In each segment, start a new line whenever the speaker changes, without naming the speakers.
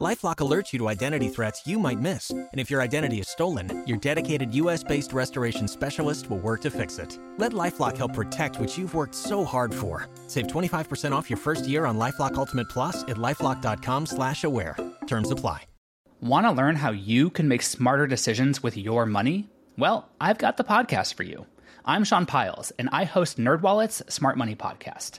Lifelock alerts you to identity threats you might miss, and if your identity is stolen, your dedicated U.S.-based restoration specialist will work to fix it. Let LifeLock help protect what you've worked so hard for. Save 25% off your first year on LifeLock Ultimate Plus at lifeLock.com/aware. Terms apply.
Want to learn how you can make smarter decisions with your money? Well, I've got the podcast for you. I'm Sean Piles, and I host NerdWallet's Smart Money Podcast.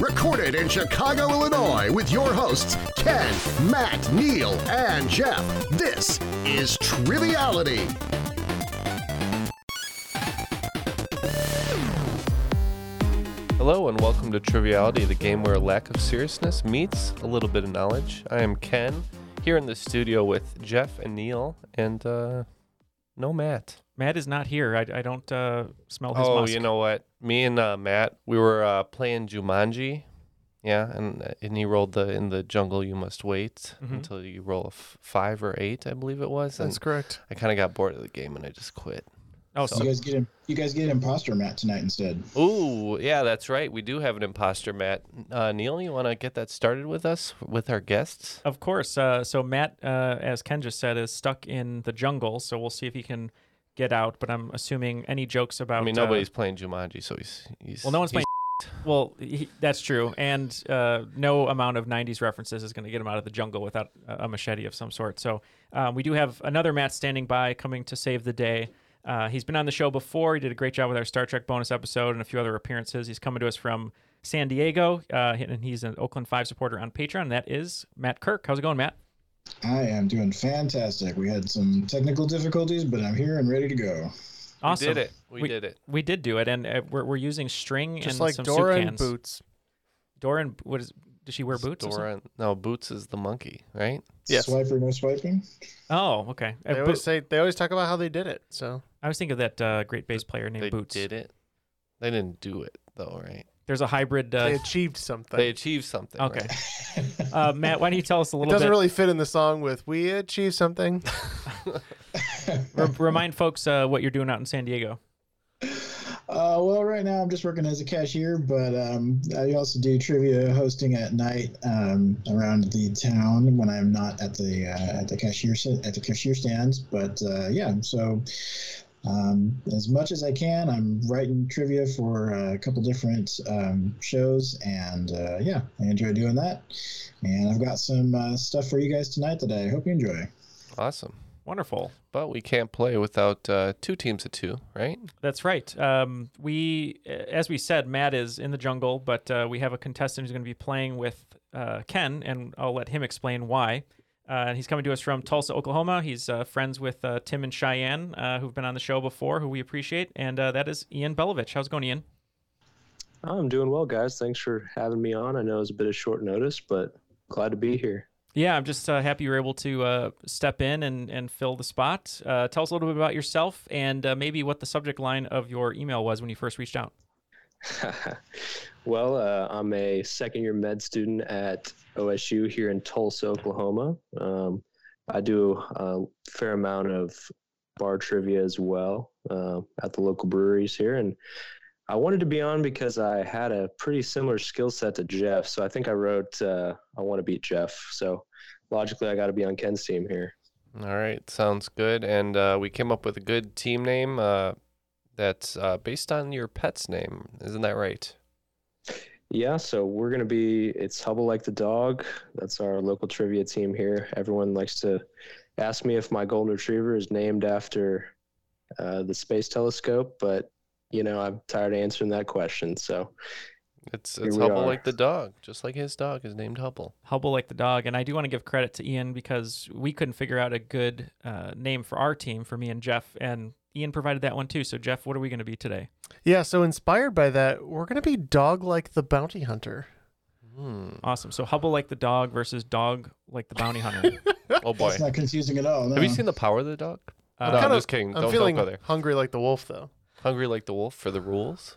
Recorded in Chicago, Illinois, with your hosts, Ken, Matt, Neil, and Jeff. This is Triviality.
Hello and welcome to Triviality, the game where lack of seriousness meets a little bit of knowledge. I am Ken, here in the studio with Jeff and Neil, and uh, no Matt.
Matt is not here. I, I don't uh, smell his
Oh,
musk.
you know what? Me and uh, Matt, we were uh, playing Jumanji, yeah, and uh, and he rolled the in the jungle. You must wait until you roll a f- five or eight, I believe it was.
That's
and
correct.
I kind of got bored of the game and I just quit.
Oh,
You
so
guys get him. You guys get imposter Matt tonight instead.
Ooh, yeah, that's right. We do have an imposter, Matt. Uh, Neil, you want to get that started with us, with our guests?
of course. Uh, so Matt, uh, as Ken just said, is stuck in the jungle. So we'll see if he can get out. But I'm assuming any jokes about.
I mean,
uh,
nobody's playing Jumanji, so he's, he's
well, no one's
he's-
playing. Well, he, that's true, and uh, no amount of '90s references is going to get him out of the jungle without a a machete of some sort. So um, we do have another Matt standing by, coming to save the day. Uh, he's been on the show before. He did a great job with our Star Trek bonus episode and a few other appearances. He's coming to us from San Diego, uh, and he's an Oakland Five supporter on Patreon. That is Matt Kirk. How's it going, Matt?
I am doing fantastic. We had some technical difficulties, but I'm here and ready to go.
Awesome.
We did it. We, did it.
We did do it, and uh, we're, we're using string
Just
and
like
some
Dora
soup
and
cans.
Boots.
Dora and what is? Does she wear boots? or something?
Dora, no, Boots is the monkey, right?
Yes.
Swiper, no swiping.
Oh, okay. Uh,
They
Bo-
always say they always talk about how they did it. So
I was thinking of that uh, great bass player named
they
Boots.
did it. They didn't do it though, right?
There's a hybrid.
they
Uh,
achieved something.
They achieved something.
okay,
right?
uh, Matt, why don't you tell us a
it
little
doesn't
bit?
really fit in the song with "We achieved something."
re- remind folks uh, what you're doing out in San Diego.
Uh, well, right now I'm just working as a cashier, but um, I also do trivia hosting at night um, around the town when I'm not at the uh, at the cashier s- at the cashier stands. But uh, yeah, so um, as much as I can, I'm writing trivia for uh, a couple different um, shows, and uh, yeah, I enjoy doing that. And I've got some uh, stuff for you guys tonight that I hope you enjoy.
Awesome.
Wonderful.
But we can't play without uh, two teams of two, right?
That's right. Um, we, as we said, Matt is in the jungle, but uh, we have a contestant who's going to be playing with uh, Ken, and I'll let him explain why. Uh, he's coming to us from Tulsa, Oklahoma. He's uh, friends with uh, Tim and Cheyenne, uh, who've been on the show before, who we appreciate, and uh, that is Ian Belovich. How's it going, Ian?
I'm doing well, guys. Thanks for having me on. I know it's a bit of short notice, but glad to be here.
Yeah, I'm just uh, happy you were able to uh, step in and, and fill the spot. Uh, tell us a little bit about yourself and uh, maybe what the subject line of your email was when you first reached out.
well, uh, I'm a second year med student at OSU here in Tulsa, Oklahoma. Um, I do a fair amount of bar trivia as well uh, at the local breweries here. And I wanted to be on because I had a pretty similar skill set to Jeff. So I think I wrote, uh, I want to beat Jeff. So logically, I got to be on Ken's team here.
All right, sounds good. And uh, we came up with a good team name uh, that's uh, based on your pet's name, isn't that right?
Yeah, so we're going to be, it's Hubble Like the Dog. That's our local trivia team here. Everyone likes to ask me if my golden retriever is named after uh, the space telescope, but, you know, I'm tired of answering that question. So
It's
Here
it's
we
Hubble
are.
like the dog, just like his dog is named Hubble.
Hubble like the dog. And I do want to give credit to Ian because we couldn't figure out a good uh, name for our team for me and Jeff, and Ian provided that one too. So Jeff, what are we going to be today?
Yeah, so inspired by that, we're gonna be dog like the bounty hunter.
Hmm.
Awesome. So Hubble like the dog versus dog like the bounty hunter.
Oh boy.
It's not confusing at all. No.
Have you seen the power of the dog?
Uh,
no, I'm
Kinda-
just kidding.
I'm
don't,
feeling
don't go there.
hungry like the wolf though.
Hungry like the wolf for the rules.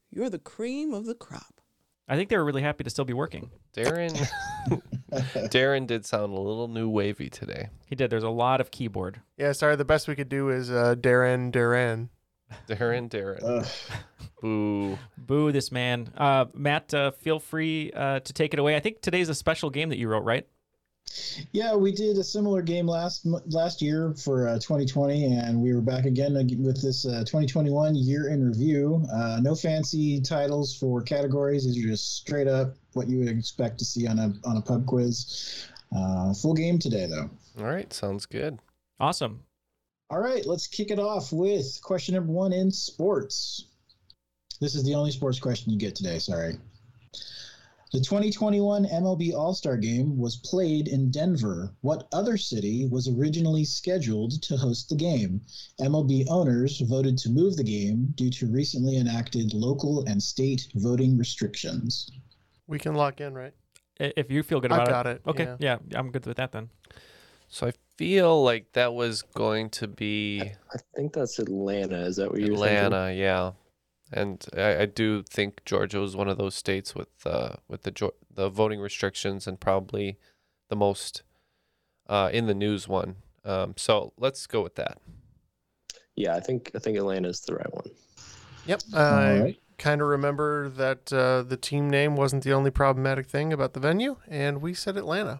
You're the cream of the crop.
I think they were really happy to still be working.
Darren Darren did sound a little new wavy today.
He did. There's a lot of keyboard.
Yeah, sorry, the best we could do is uh Darren Duran.
Darren Darren.
Ugh.
Boo.
Boo this man. Uh, Matt, uh, feel free uh, to take it away. I think today's a special game that you wrote, right?
Yeah, we did a similar game last m- last year for uh, 2020, and we were back again ag- with this uh, 2021 year in review. Uh, no fancy titles for categories; these are just straight up what you would expect to see on a on a pub quiz. Uh, full game today, though.
All right, sounds good.
Awesome.
All right, let's kick it off with question number one in sports. This is the only sports question you get today, sorry. The 2021 MLB All Star Game was played in Denver. What other city was originally scheduled to host the game? MLB owners voted to move the game due to recently enacted local and state voting restrictions.
We can lock in, right?
I- If you feel good
I
about
got it,
Okay.
yeah.
Yeah. I'm good with that then.
So I feel like that was going to be
I think that's Atlanta. Is that what you're
Atlanta, yeah. And I, I do think Georgia was one of those states with uh, with the Geor- the voting restrictions and probably the most uh, in the news one. Um, so let's go with that.
Yeah, I think I think Atlanta is the right one.
Yep.
All
I
right.
kind of remember that uh, the team name wasn't the only problematic thing about the venue, and we said Atlanta.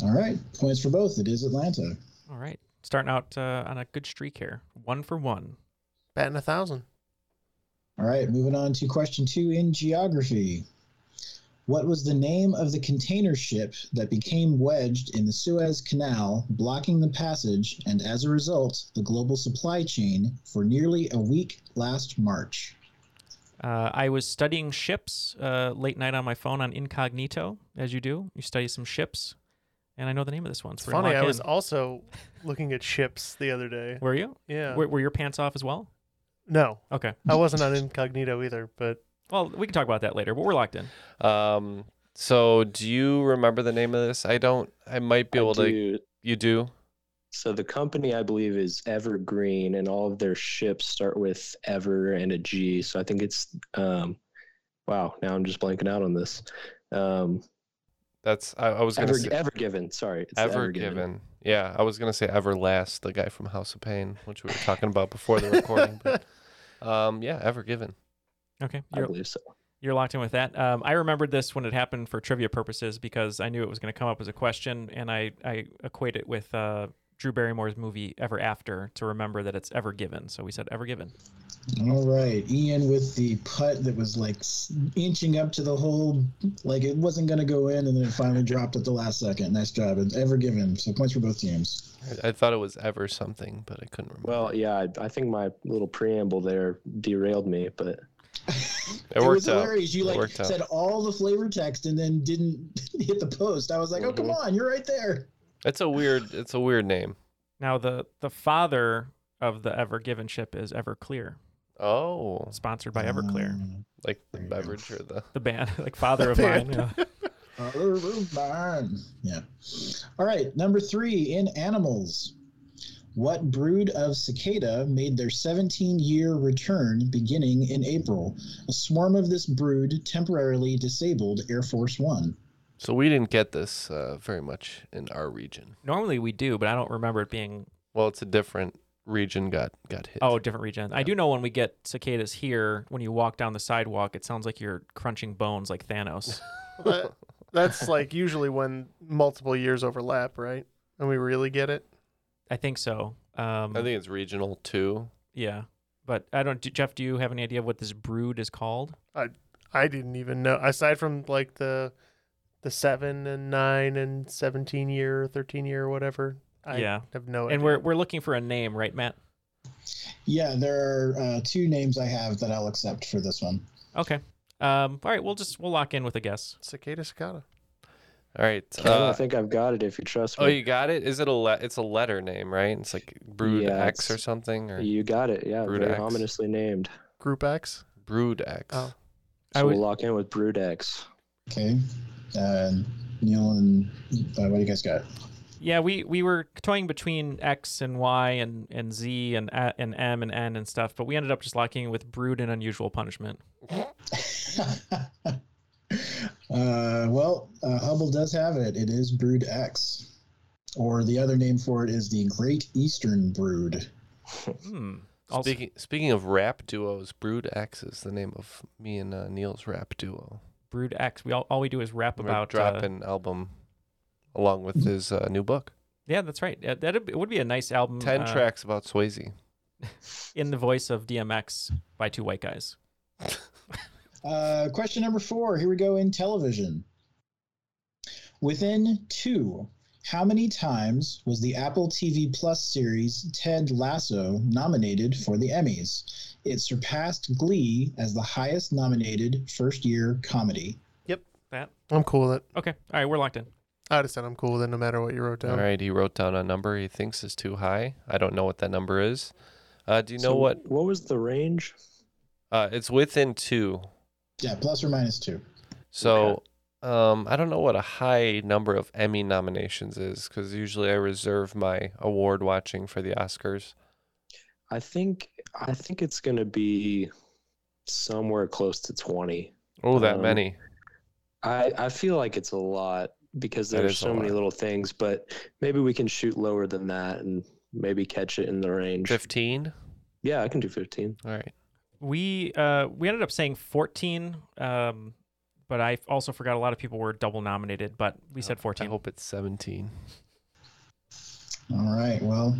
All right, points for both. It is Atlanta.
All right. Starting out uh, on a good streak here. One for one.
Batting a thousand.
All right, moving on to question two in geography. What was the name of the container ship that became wedged in the Suez Canal, blocking the passage and, as a result, the global supply chain for nearly a week last March?
Uh, I was studying ships uh, late night on my phone on incognito, as you do. You study some ships, and I know the name of this one.
It's
so we're gonna
funny. I
lock
was
in.
also looking at ships the other day.
Were you?
Yeah.
Were, were your pants off as well?
No,
Okay.
I wasn't on incognito either, but
Well, we can talk about that later, but we're locked in.
Um, so do you remember the name of this? I don't. I might be
I
able to.
do-
You do.
So the company I believe is Evergreen, and all of their ships start with Ever and a G. So I think it's um, wow. Now I'm just blanking out on this. Um,
That's. I, I was gonna
Ever,
say
Ever Given. Sorry, it's
ever given. Yeah, I was gonna say Everlast, the guy from House of Pain, which we were talking about before the recording. But, um, yeah, Ever Given.
Okay.
I
You're,
believe so.
you're locked in with that. Um, I remembered this when it happened for trivia purposes because I knew it was going to come up as a question, and I, I equate it with uh, Drew Barrymore's movie Ever After to remember that it's Ever Given. So we said Ever Given.
All right, Ian with the putt that was like s- inching up to the hole, like it wasn't going to go in, and then it finally dropped at the last second. Nice job. It's ever given. So points for both teams.
I, I thought it was Ever something, but I couldn't remember.
Well, yeah, I, I think my little preamble there derailed me, but
it
It, was
worked out.
hilarious. You
It
like
worked out.
said all the flavor text and then didn't hit the post. I was like, oh come
Mhm.
on, you're right there.
It's a weird. It's a weird name.
Now, the, the father of the Ever Given ship is Everclear,
Oh,
sponsored by Everclear.
Um,
like the
There you go.
beverage or the.
the band, like father of
band.
mine. yeah.
Urban. Yeah. All right, number three in animals. What brood of cicada made their 17 year return beginning in April? A swarm of this brood temporarily disabled Air Force One.
So we didn't get this uh, very much in our region.
Normally we do, but I don't remember it being
Well, it's a different region got got hit.
oh different region. I do know when we get cicadas here, when you walk down the sidewalk, it sounds like you're crunching bones like Thanos.
That- that's like usually when multiple years overlap, right? And we really get it.
I think so. Um,
I think it's regional too.
yeah, but I don't. do- Jeff, do you have any idea what this brood is called?
I didn't even know. Aside from like the the seven and nine and seventeen year, thirteen year, whatever. I
Yeah.
have no idea.
And we're we're looking for a name, right, Matt?
Yeah, there are uh, two names I have that I'll accept for this one.
Okay. Um, all right, we'll just we'll lock in with a guess.
cicada cicada.
All right.
I
uh,
don't think I've got it. If you trust me.
oh, you got it. Is it a le- it's a letter name, right? It's like Brood
Yeah,
X or
it's-
something, or
You got it. Yeah,
Brood
very
X.
ominously named.
Group X.
Brood X.
Oh.
I
So
would-
we'll lock in with Brudex.
Okay. Uh, Neil and uh, what do you guys got?
Yeah, we we were toying between X and Y and and Z and A- and M and N and stuff, but we ended up just locking in with brood and unusual punishment.
uh, well, uh, Hubble does have it. It is Brood X, or the other name for it is the Great Eastern Brood.
Hmm. Also-
Speaking speaking of rap duos, Brood X is the name of me and uh, Neil's rap duo.
Brood X. We all, all we do is rap
We're
about uh,
dropping album along with his uh, new book.
yeah, that's right. Uh, that it would be a nice album.
Ten
uh,
tracks about Swayze.
in the voice of DMX by two white guys.
Uh, question number four. Here we go in television. Within two, how many times was the Apple TV Plus series Ted Lasso nominated for the Emmys? It surpassed Glee as the highest nominated first year comedy.
I'm cool with it.
Okay. All right, we're locked in.
I just said I'm cool with it no matter what you wrote down.
All right, he wrote down a number he thinks is too high. I don't know what that number is. Uh, do you know
So
what?
What was the range?
Uh, it's within two.
Yeah, plus or minus two.
So um, I don't know what a high number of Emmy nominations is because usually I reserve my award watching for the Oscars.
I think I think it's gonna be somewhere close to twenty.
Oh, that
Um,
many.
I I feel like it's a lot because
That
there's
is a
so many
lot.
little things, but maybe we can shoot lower than that and maybe catch it in the range.
15?
Yeah, I can do fifteen.
All right.
We uh we ended up saying 14 um but I also forgot a lot of people were double nominated, but we said
Oh, I
14.
hope it's 17.
All right. Well,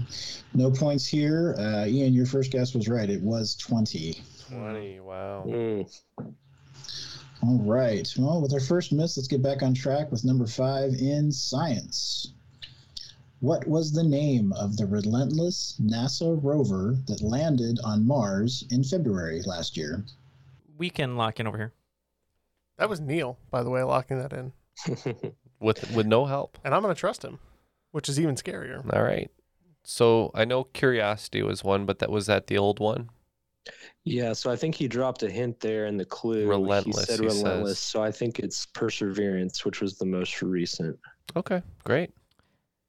no points here. Uh, Ian, your first guess was right. It was 20.
20. Wow.
Mm.
All right. Well, with our first miss, let's get back on track with number five in science. What was the name of the relentless NASA rover that landed on Mars in February last year?
We can lock in over here.
That was Neil, by the way, locking that in.
With with no help.
And I'm gonna trust him, which is even scarier.
All right. So I know Curiosity was one, but that was that the old one.
yeah, so I think he dropped a hint there in the clue.
Relentless,
He said
he says.
relentless. So I think it's perseverance, which was the most recent.
Okay. Great.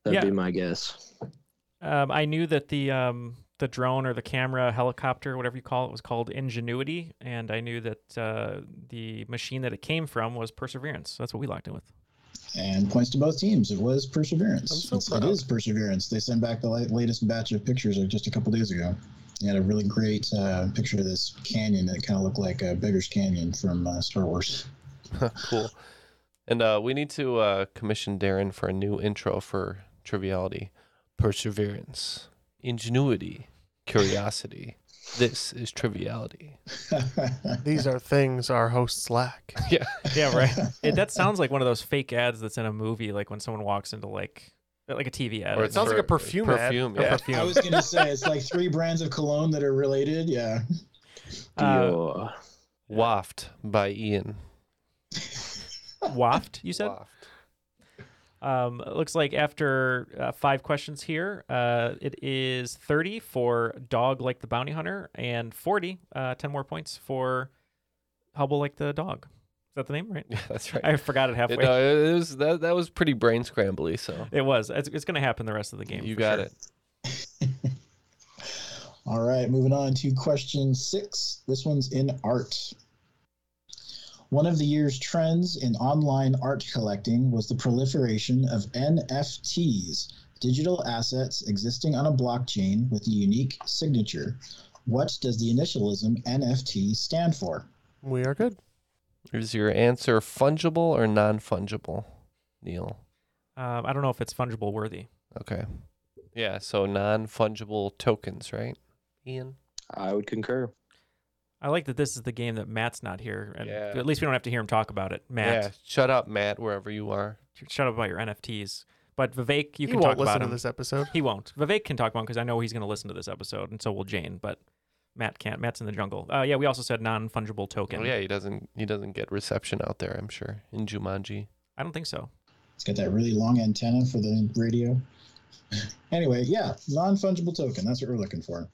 That'd
Yeah.
be my guess.
Um, I knew that the um, the drone or the camera helicopter, whatever you call it, was called Ingenuity, and I knew that uh, the machine that it came from was Perseverance. That's what we locked in with.
And points to both teams. It was Perseverance.
I'm so
It's- it
proud.
is Perseverance. They sent back the la- latest batch of pictures of just a couple days ago. They had a really great uh, picture of this canyon that kind of looked like a Beggar's Canyon from uh, Star Wars.
cool. And uh, we need to uh, commission Darren for a new intro for Triviality. Perseverance, ingenuity, curiosity. This is Triviality.
These are things our hosts lack.
Yeah.
Yeah, right. it, that sounds like one of those fake ads that's in a movie, like when someone walks into like like a TV ad.
Or
It sounds like a
For-
perfume. ad.
Perfume.
Or
Yeah.
perfume.
I was going to say it's like three brands of cologne that are related. Yeah.
Uh,
Dior.
Waft by Ian.
waft, you said.
Waft.
Um, it looks like after uh, five questions here, uh, it is 30 for Dog Like the Bounty Hunter and 40, uh, 10 more points for Hubble Like the Dog. Is that the name, right?
Yeah, that's right.
I forgot it halfway.
It, uh, no, it was that. That was pretty brain scrambly. So
It was. It's, it's going to happen the rest of the game.
you
for
got
sure.
it.
All right, moving on to question six. This one's in art. One of the year's trends in online art collecting was the proliferation of NFTs, digital assets existing on a blockchain with a unique signature. What does the initialism NFT stand for?
We are good.
Is your answer fungible or non fungible, Neil?
Um, I don't know if it's fungible worthy.
Okay. Yeah, so non fungible tokens, right? Ian?
I would concur.
I like that this is the game that Matt's not here, and
Yeah.
at least we don't have to hear him talk about it. Matt,
Yeah. Shut up, Matt, wherever you are.
shut up about your NFTs. But Vivek, you
he
can
won't
talk about
listen to
him.
this episode.
He won't. Vivek can talk about him because I know he's going to listen to this episode, and so will Jane. But Matt can't. Matt's in the jungle. Uh, yeah, we also said non fungible token.
Well, Oh, yeah, he doesn't he doesn't get reception out there, I'm sure. In Jumanji.
I don't think so.
It's got that really long antenna for the radio. anyway, yeah, non fungible token. That's what we're looking for.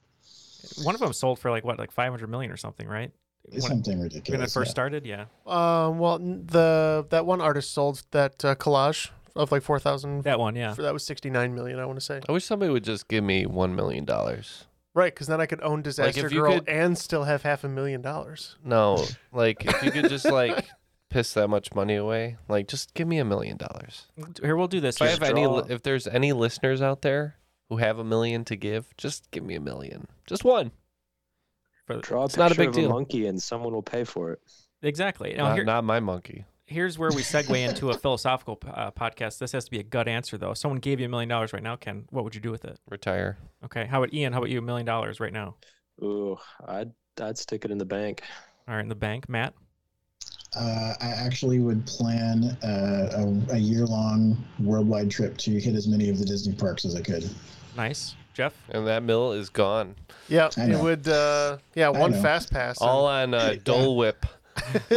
One of them sold for like what, like five hundred million or something, right?
It's
When it,
something
when
ridiculous.
it first
yeah.
started, yeah.
Um, well, n- the that one artist sold that uh, collage of like four thousand.
That one, yeah.
That was sixty nine million, I want to say.
I wish somebody would just give me one million dollars.
Right, because then I could own Disaster
if you
Girl
could-
and still have half a million dollars.
No, like if you could just like piss that much money away, like just give me a million dollars.
Here we'll do this.
If I have any,
draw.
li- if there's any listeners out there who have a million to give, just give me a million, just one.
Draw a
It's
picture
not a big
of
deal.
a monkey and someone will pay for it.
exactly. Now,
Not,
here-
not my monkey.
here's where we segue into a philosophical uh, podcast. This has to be a gut answer, though. If someone gave you a million dollars right now, Ken, what would you do with it?
Retire.
Okay. How about Ian? How about you? A million dollars right now.
Ooh, I'd I'd stick it in the bank.
All right, in the bank, Matt.
Uh, I actually would plan uh, a, a year long worldwide trip to hit as many of the Disney parks as I could.
Nice, Jeff.
And that mill is gone.
Yeah,
I
it
know.
would. Uh, yeah,
I
one
know.
fast pass. and-
All on uh, Dole Whip.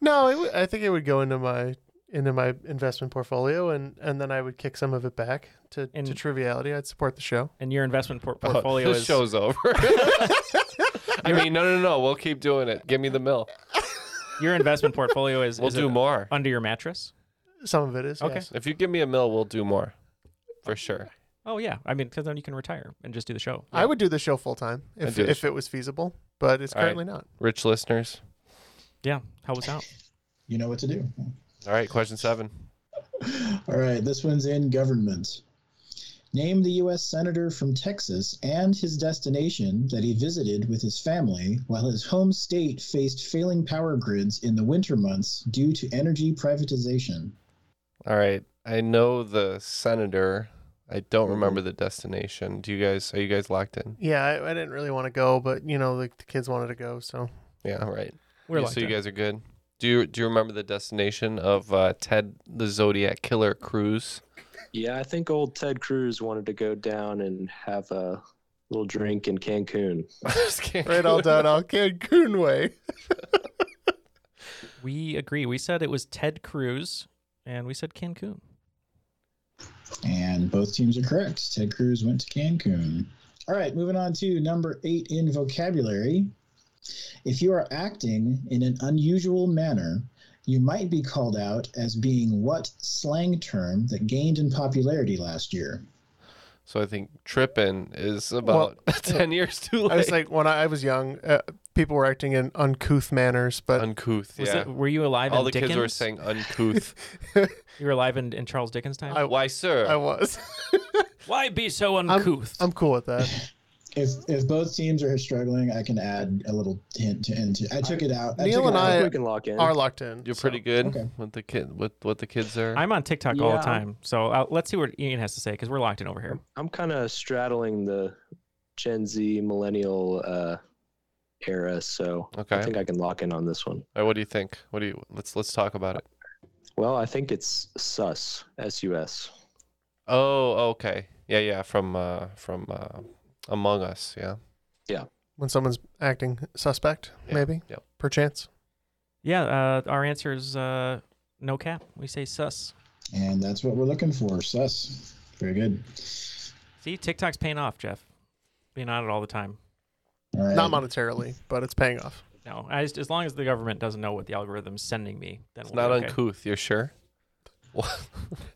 No, it w- I think it would go into my into my investment portfolio, and and then I would kick some of it back to, to
And-
Triviality. I'd support the show.
And your investment por-
Oh,
portfolio
this
is
show's over. I mean, no, no, no. We'll keep doing it. Give me the mill.
your investment portfolio is.
We'll
is
do
it
more.
under your mattress.
Some of it is
Okay.
yes.
If you give me a mill, we'll do more, for sure.
Oh yeah, I mean, because then you can retire and just do the show.
I would do the show full time
I'd
if
do the
if it was feasible, but it's
All right.
currently not.
Rich listeners.
Yeah, help us out.
you know what to do.
All right, question seven.
All right, this one's in government. Name the U.S. Senator from Texas and his destination that he visited with his family while his home state faced failing power grids in the winter months due to energy privatization.
All right. I know the senator. I don't remember the destination. Do you guys are you guys locked in?
Yeah, I, I didn't really want to go, but you know, like the kids wanted to go, so
Yeah, all right.
We're
You-
like
so you guys are good. Do you do you remember the destination of uh, Ted the Zodiac Killer cruise?
Yeah, I think old Ted Cruz wanted to go down and have a little drink in Cancun.
Just kidding.
right all done. I'll Cancun way.
we agree. We said it was Ted Cruz, and we said Cancun.
And both teams are correct. Ted Cruz went to Cancun. All right, moving on to number eight in vocabulary. If you are acting in an unusual manner, you might be called out as being what slang term that gained in popularity last year?
So I think tripping is about ten years too late.
I was like when I, I was young, uh, people were acting in uncouth manners, but
uncouth.
Was
Yeah.
that, were you alive?
All
in
the
Dickens?
kids were saying uncouth.
you were alive in, in Charles Dickens' time.
I-
Why, sir?
I was.
Why be so
I'm-
uncouth?
I'm cool with that.
If if both teams are struggling, I can add a little hint to into. I took it out.
Neil
took it
and
out.
I-
we can lock in.
Are locked in.
You're
so.
pretty good
okay.
with the kid with what the kids are.
I'm on TikTok all the
Yeah.
time, so uh, let's see what Ian has to say because we're locked in over here.
I'm kind of straddling the Gen Z millennial uh, era, so
Okay.
I think I can lock in on this one.
All right, what do you think? What do you let's let's talk about it.
Well, I think it's sus, S U S.
Oh, okay. Yeah, yeah, from uh from uh Among Us, yeah.
when someone's acting suspect,
Yeah,
maybe,
yep.
perchance.
Yeah, uh, our answer is uh, no cap. We say sus.
And that's what we're looking for. Sus. Very good.
See, TikTok's paying off, Jeff. Being on it all the time.
All right.
Not monetarily, but it's paying off.
No, I just, as long as the government doesn't know what the algorithm's sending me, then
It's
we'll
not
be okay.
uncouth, you're sure?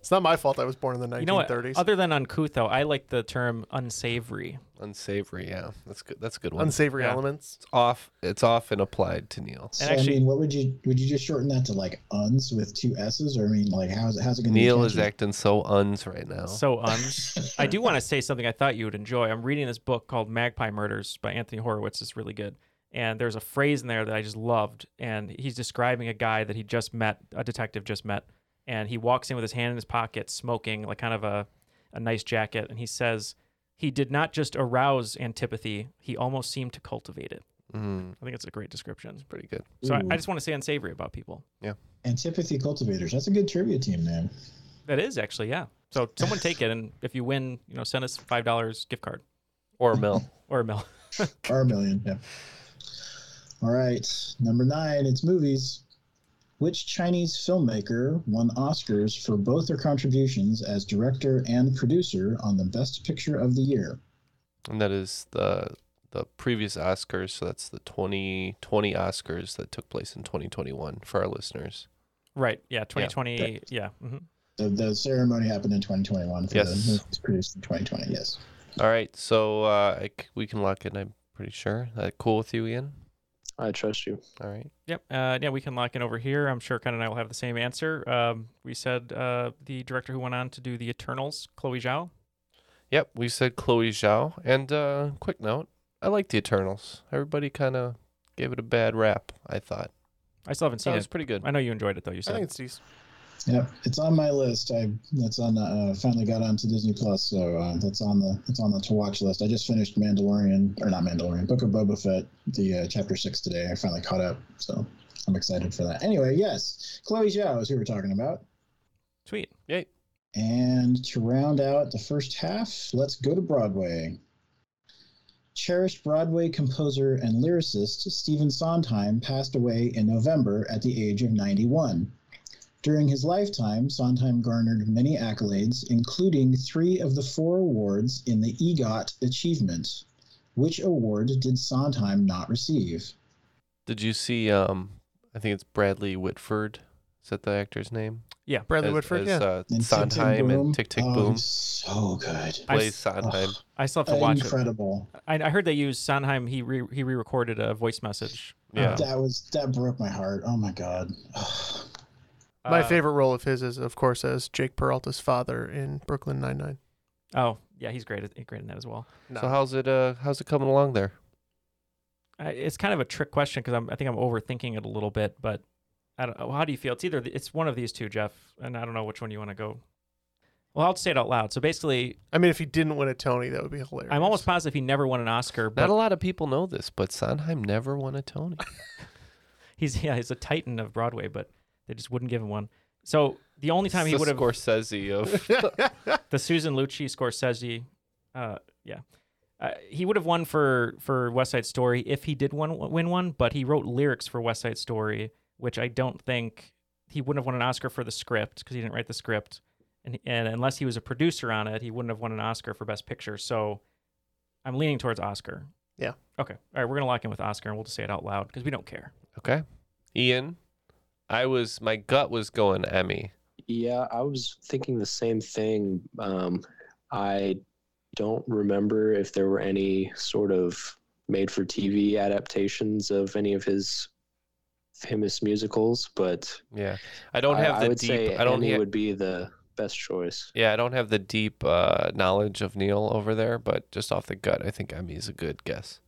It's not my fault I was born in the 1930s.
You know what? Other than uncouth, though, I like the term unsavory.
Unsavory, yeah. That's good that's a good one.
Unsavory
Yeah.
elements.
it's off it's often applied to Neil.
So,
actually-
I mean, what would you would you just shorten that to like uns with two s's, or I mean, like how's how's it going to
Neil is acting so uns right now.
So uns. I do want to say something I thought you would enjoy. I'm reading this book called Magpie Murders by Anthony Horowitz. It's really good. And there's a phrase in there that I just loved. And he's describing a guy that he just met, a detective just met. And he walks in with his hand in his pocket, smoking, like kind of a, a nice jacket. And he says, He did not just arouse antipathy, he almost seemed to cultivate it.
Mm,
I think it's a great description.
pretty good.
So I,
Ooh.
I just want to say unsavory about people.
Antipathy Cultivators. That's a good trivia team name.
That is actually, yeah. So someone take it. And if you win, you know, send us $5 gift card
Or a mill.
or a mill.
Or a million. Yeah. All right. Number nine. It's movies. Which Chinese filmmaker won Oscars for both their contributions as director and producer on the Best Picture of the Year?
and that is the the previous Oscars. So that's the 2020 Oscars that took place in 2021 for our listeners.
Right. Yeah. 2020. Yeah.
Right.
hmm
The, the ceremony happened in 2021 for
Yes.
the movies produced in 2020. Yes.
All right, so uh, I c- we can lock it. I'm pretty sure. That cool with you, Ian?
I trust you.
All right.
Yep. Uh, yeah, we can lock in over here. I'm sure Ken and I will have the same answer. Um, we said uh, the director who went on to do The Eternals, Chloe Zhao.
Yep, we said Chloe Zhao. And uh, quick note, I like the Eternals. Everybody kind of gave it a bad rap. I thought
I still haven't
so
seen
it was
it.
pretty good.
I know you enjoyed it though. You
I
said.
think it's decent.
Yep, it's on my list. I that's on. Uh, finally got onto Disney Plus, so uh, that's on the that's on the to watch list. I just finished Mandalorian or not Mandalorian, Book of Boba Fett, the uh, chapter six today. I finally caught up, so I'm excited for that. Anyway, yes, Chloe Zhao is who we're talking about.
Sweet.
Yay!
And to round out the first half, let's go to Broadway. Cherished Broadway composer and lyricist Stephen Sondheim passed away in November at the age of 91. During his lifetime, Sondheim garnered many accolades, including three of the four awards in the EGOT achievement. Which award did Sondheim not receive?
Did you see? Um, I think it's Bradley Whitford. Is that the actor's name?
Bradley
As- as,
Whitford, yeah.
uh,
In Tick, Tick,
Sondheim and
Boom?
Tick Tick
Oh,
Boom.
he's So good.
I
Plays
s-
Sondheim.
Ugh,
I still have to watch it.
Incredible.
I, I heard they used Sondheim. He re, he re-recorded a voice message. Um,
Yeah.
That was that broke my heart. Oh my god. Ugh.
My
Uh,
favorite role of his is, of course, as Jake Peralta's father in Brooklyn Nine Nine.
Oh yeah, he's great. at- Great in that as well.
So how's it? Uh, how's it coming along there?
I, it's kind of a trick question because I'm I think I'm overthinking it a little bit. But I don't. How do you feel? It's either it's one of these two, Jeff, and I don't know which one you want to go. Well, I'll say it out loud. So basically,
I mean, if he didn't win a Tony, that would be hilarious.
I'm almost positive he never won an Oscar,
Not
but
a lot of people know this, but Sondheim never won a Tony.
he's yeah he's a titan of Broadway, but they just wouldn't give him one. So the only time he
The
would have
Scorsese of
the Susan Lucci Scorsese, uh, yeah, uh, he would have won for for West Side Story if he did one, win one, but he wrote lyrics for West Side Story, which I don't think he wouldn't have won an Oscar for the script because he didn't write the script, and and unless he was a producer on it, he wouldn't have won an Oscar for Best Picture. So I'm leaning towards Oscar.
Yeah.
Okay. All right. We're gonna lock in with Oscar, and we'll just say it out loud because we don't care.
Okay. Ian, I was my gut was going Emmy.
Yeah, I was thinking the same thing. Um, I don't remember if there were any sort of made-for-TV adaptations of any of his famous musicals, but
Yeah. I don't have the
I would
deep
say
I don't
Annie
ha-
would be the best choice.
Yeah, I don't have the deep uh, knowledge of Neil over there, but just off the gut, I think Emmy's a good guess.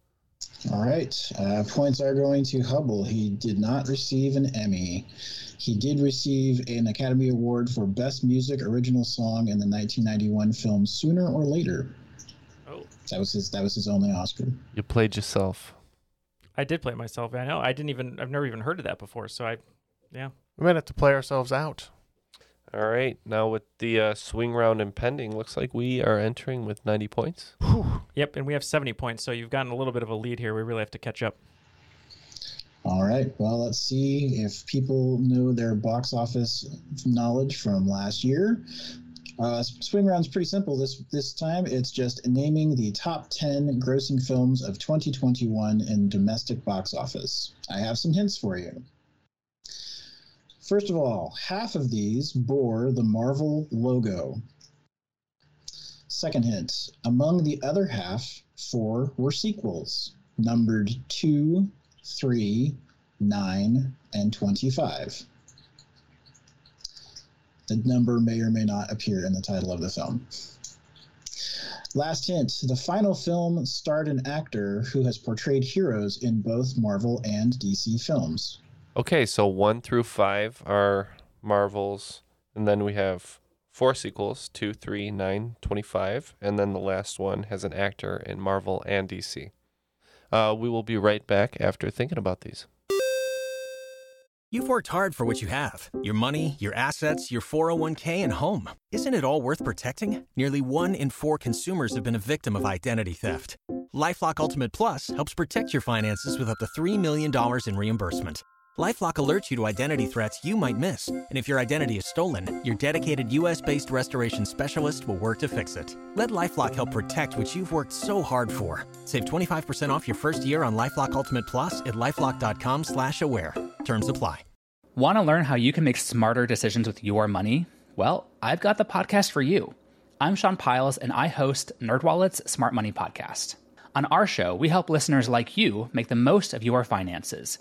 All right. Uh, points are going to Hubble. He did not receive an Emmy. He did receive an Academy Award for Best Music Original Song in the 1991 film Sooner or Later.
Oh.
That was his. That was his only Oscar.
You played yourself.
I did play it myself. I know. I didn't even. I've never even heard of that before. So I. Yeah.
We might have to play ourselves out.
All right. Now with the uh, swing round impending, looks like we are entering with 90 points.
Yep, and we have 70 points, so you've gotten a little bit of a lead here. We really have to catch up.
All right. Well, let's see if people know their box office knowledge from last year. Uh, swing round's pretty simple this this time. It's just naming the top 10 grossing films of 2021 in domestic box office. I have some hints for you. First of all, half of these bore the Marvel logo. Second hint, among the other half, four were sequels, numbered 2, 3, 9, and 25. The number may or may not appear in the title of the film. Last hint the final film starred an actor who has portrayed heroes in both Marvel and DC films.
Okay, so one through five are Marvels, and then we have four sequels two, three, nine, 25, and then the last one has an actor in Marvel and DC. Uh, we will be right back after thinking about these.
You've worked hard for what you have your money, your assets, your 401k, and home. Isn't it all worth protecting? Nearly one in four consumers have been a victim of identity theft. Lifelock Ultimate Plus helps protect your finances with up to $3 million in reimbursement. Lifelock alerts you to identity threats you might miss, and if your identity is stolen, your dedicated U.S.-based restoration specialist will work to fix it. Let LifeLock help protect what you've worked so hard for. Save 25% off your first year on LifeLock Ultimate Plus at lifeLock.com/slash-aware. Terms apply.
Want to learn how you can make smarter decisions with your money? Well, I've got the podcast for you. I'm Sean Piles, and I host NerdWallet's Smart Money Podcast. On our show, we help listeners like you make the most of your finances.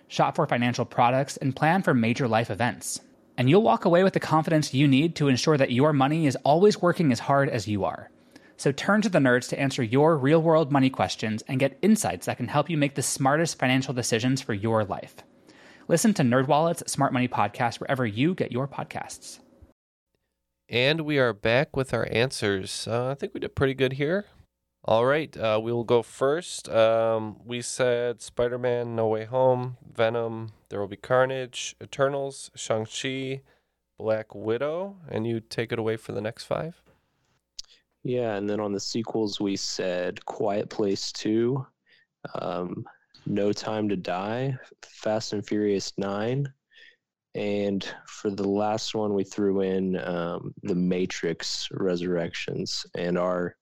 shop for financial products, and plan for major life events. And you'll walk away with the confidence you need to ensure that your money is always working as hard as you are. So turn to the nerds to answer your real world money questions and get insights that can help you make the smartest financial decisions for your life. Listen to NerdWallet's Smart Money Podcast wherever you get your podcasts.
And we are back with our answers. Uh, I think we did pretty good here. All right, uh, we will go first. Um, we said Spider Man, No Way Home, Venom, There Will Be Carnage, Eternals, Shang-Chi, Black Widow, and you take it away for the next five.
Yeah, and then on the sequels, we said Quiet Place 2, um, No Time to Die, Fast and Furious 9, and for the last one, we threw in um, The Matrix Resurrections. And our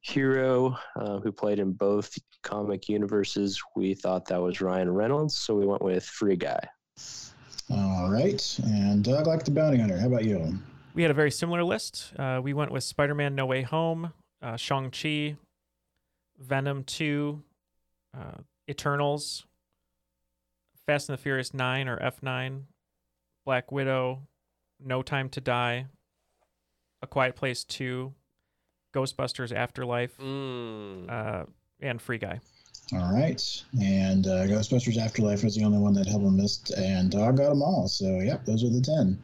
hero, uh, who played in both comic universes, we thought that was Ryan Reynolds, so we went with Free Guy.
All right. And Doug like the bounty hunter. How about you?
We had a very similar list. Uh, we went with Spider Man No Way Home, uh, Shang-Chi, Venom 2, uh, Eternals, Fast and the Furious 9 or F9, Black Widow, No Time to Die, A Quiet Place 2, Ghostbusters Afterlife,
Mm.
uh, and Free Guy.
All right. And uh, Ghostbusters Afterlife was the only one that Hubble missed, and Dog got them all. So, yep, those are the 10.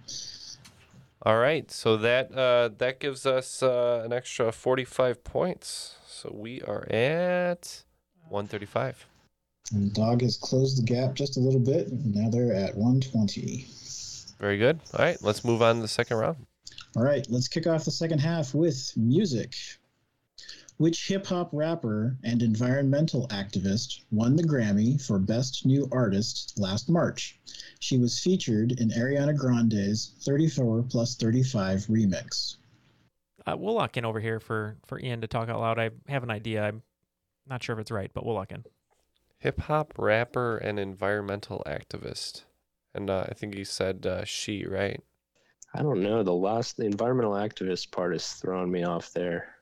All right, so that uh, that gives us uh, an extra forty-five points. So we are at one thirty-five.
And Dog has closed the gap just a little bit. and Now they're at 120.
Very good. All right, let's move on to the second round.
All right, let's kick off the second half with music. Which hip hop rapper and environmental activist won the Grammy for Best New Artist last March? She was featured in Ariana Grande's 34 plus 35 remix.
Uh, we'll lock in over here for, for Ian to talk out loud. I have an idea. I'm not sure if it's right, but we'll lock in.
Hip hop rapper and environmental activist, and uh, I think he said uh, she, right?
I don't know. The last the environmental activist part is throwing me off there.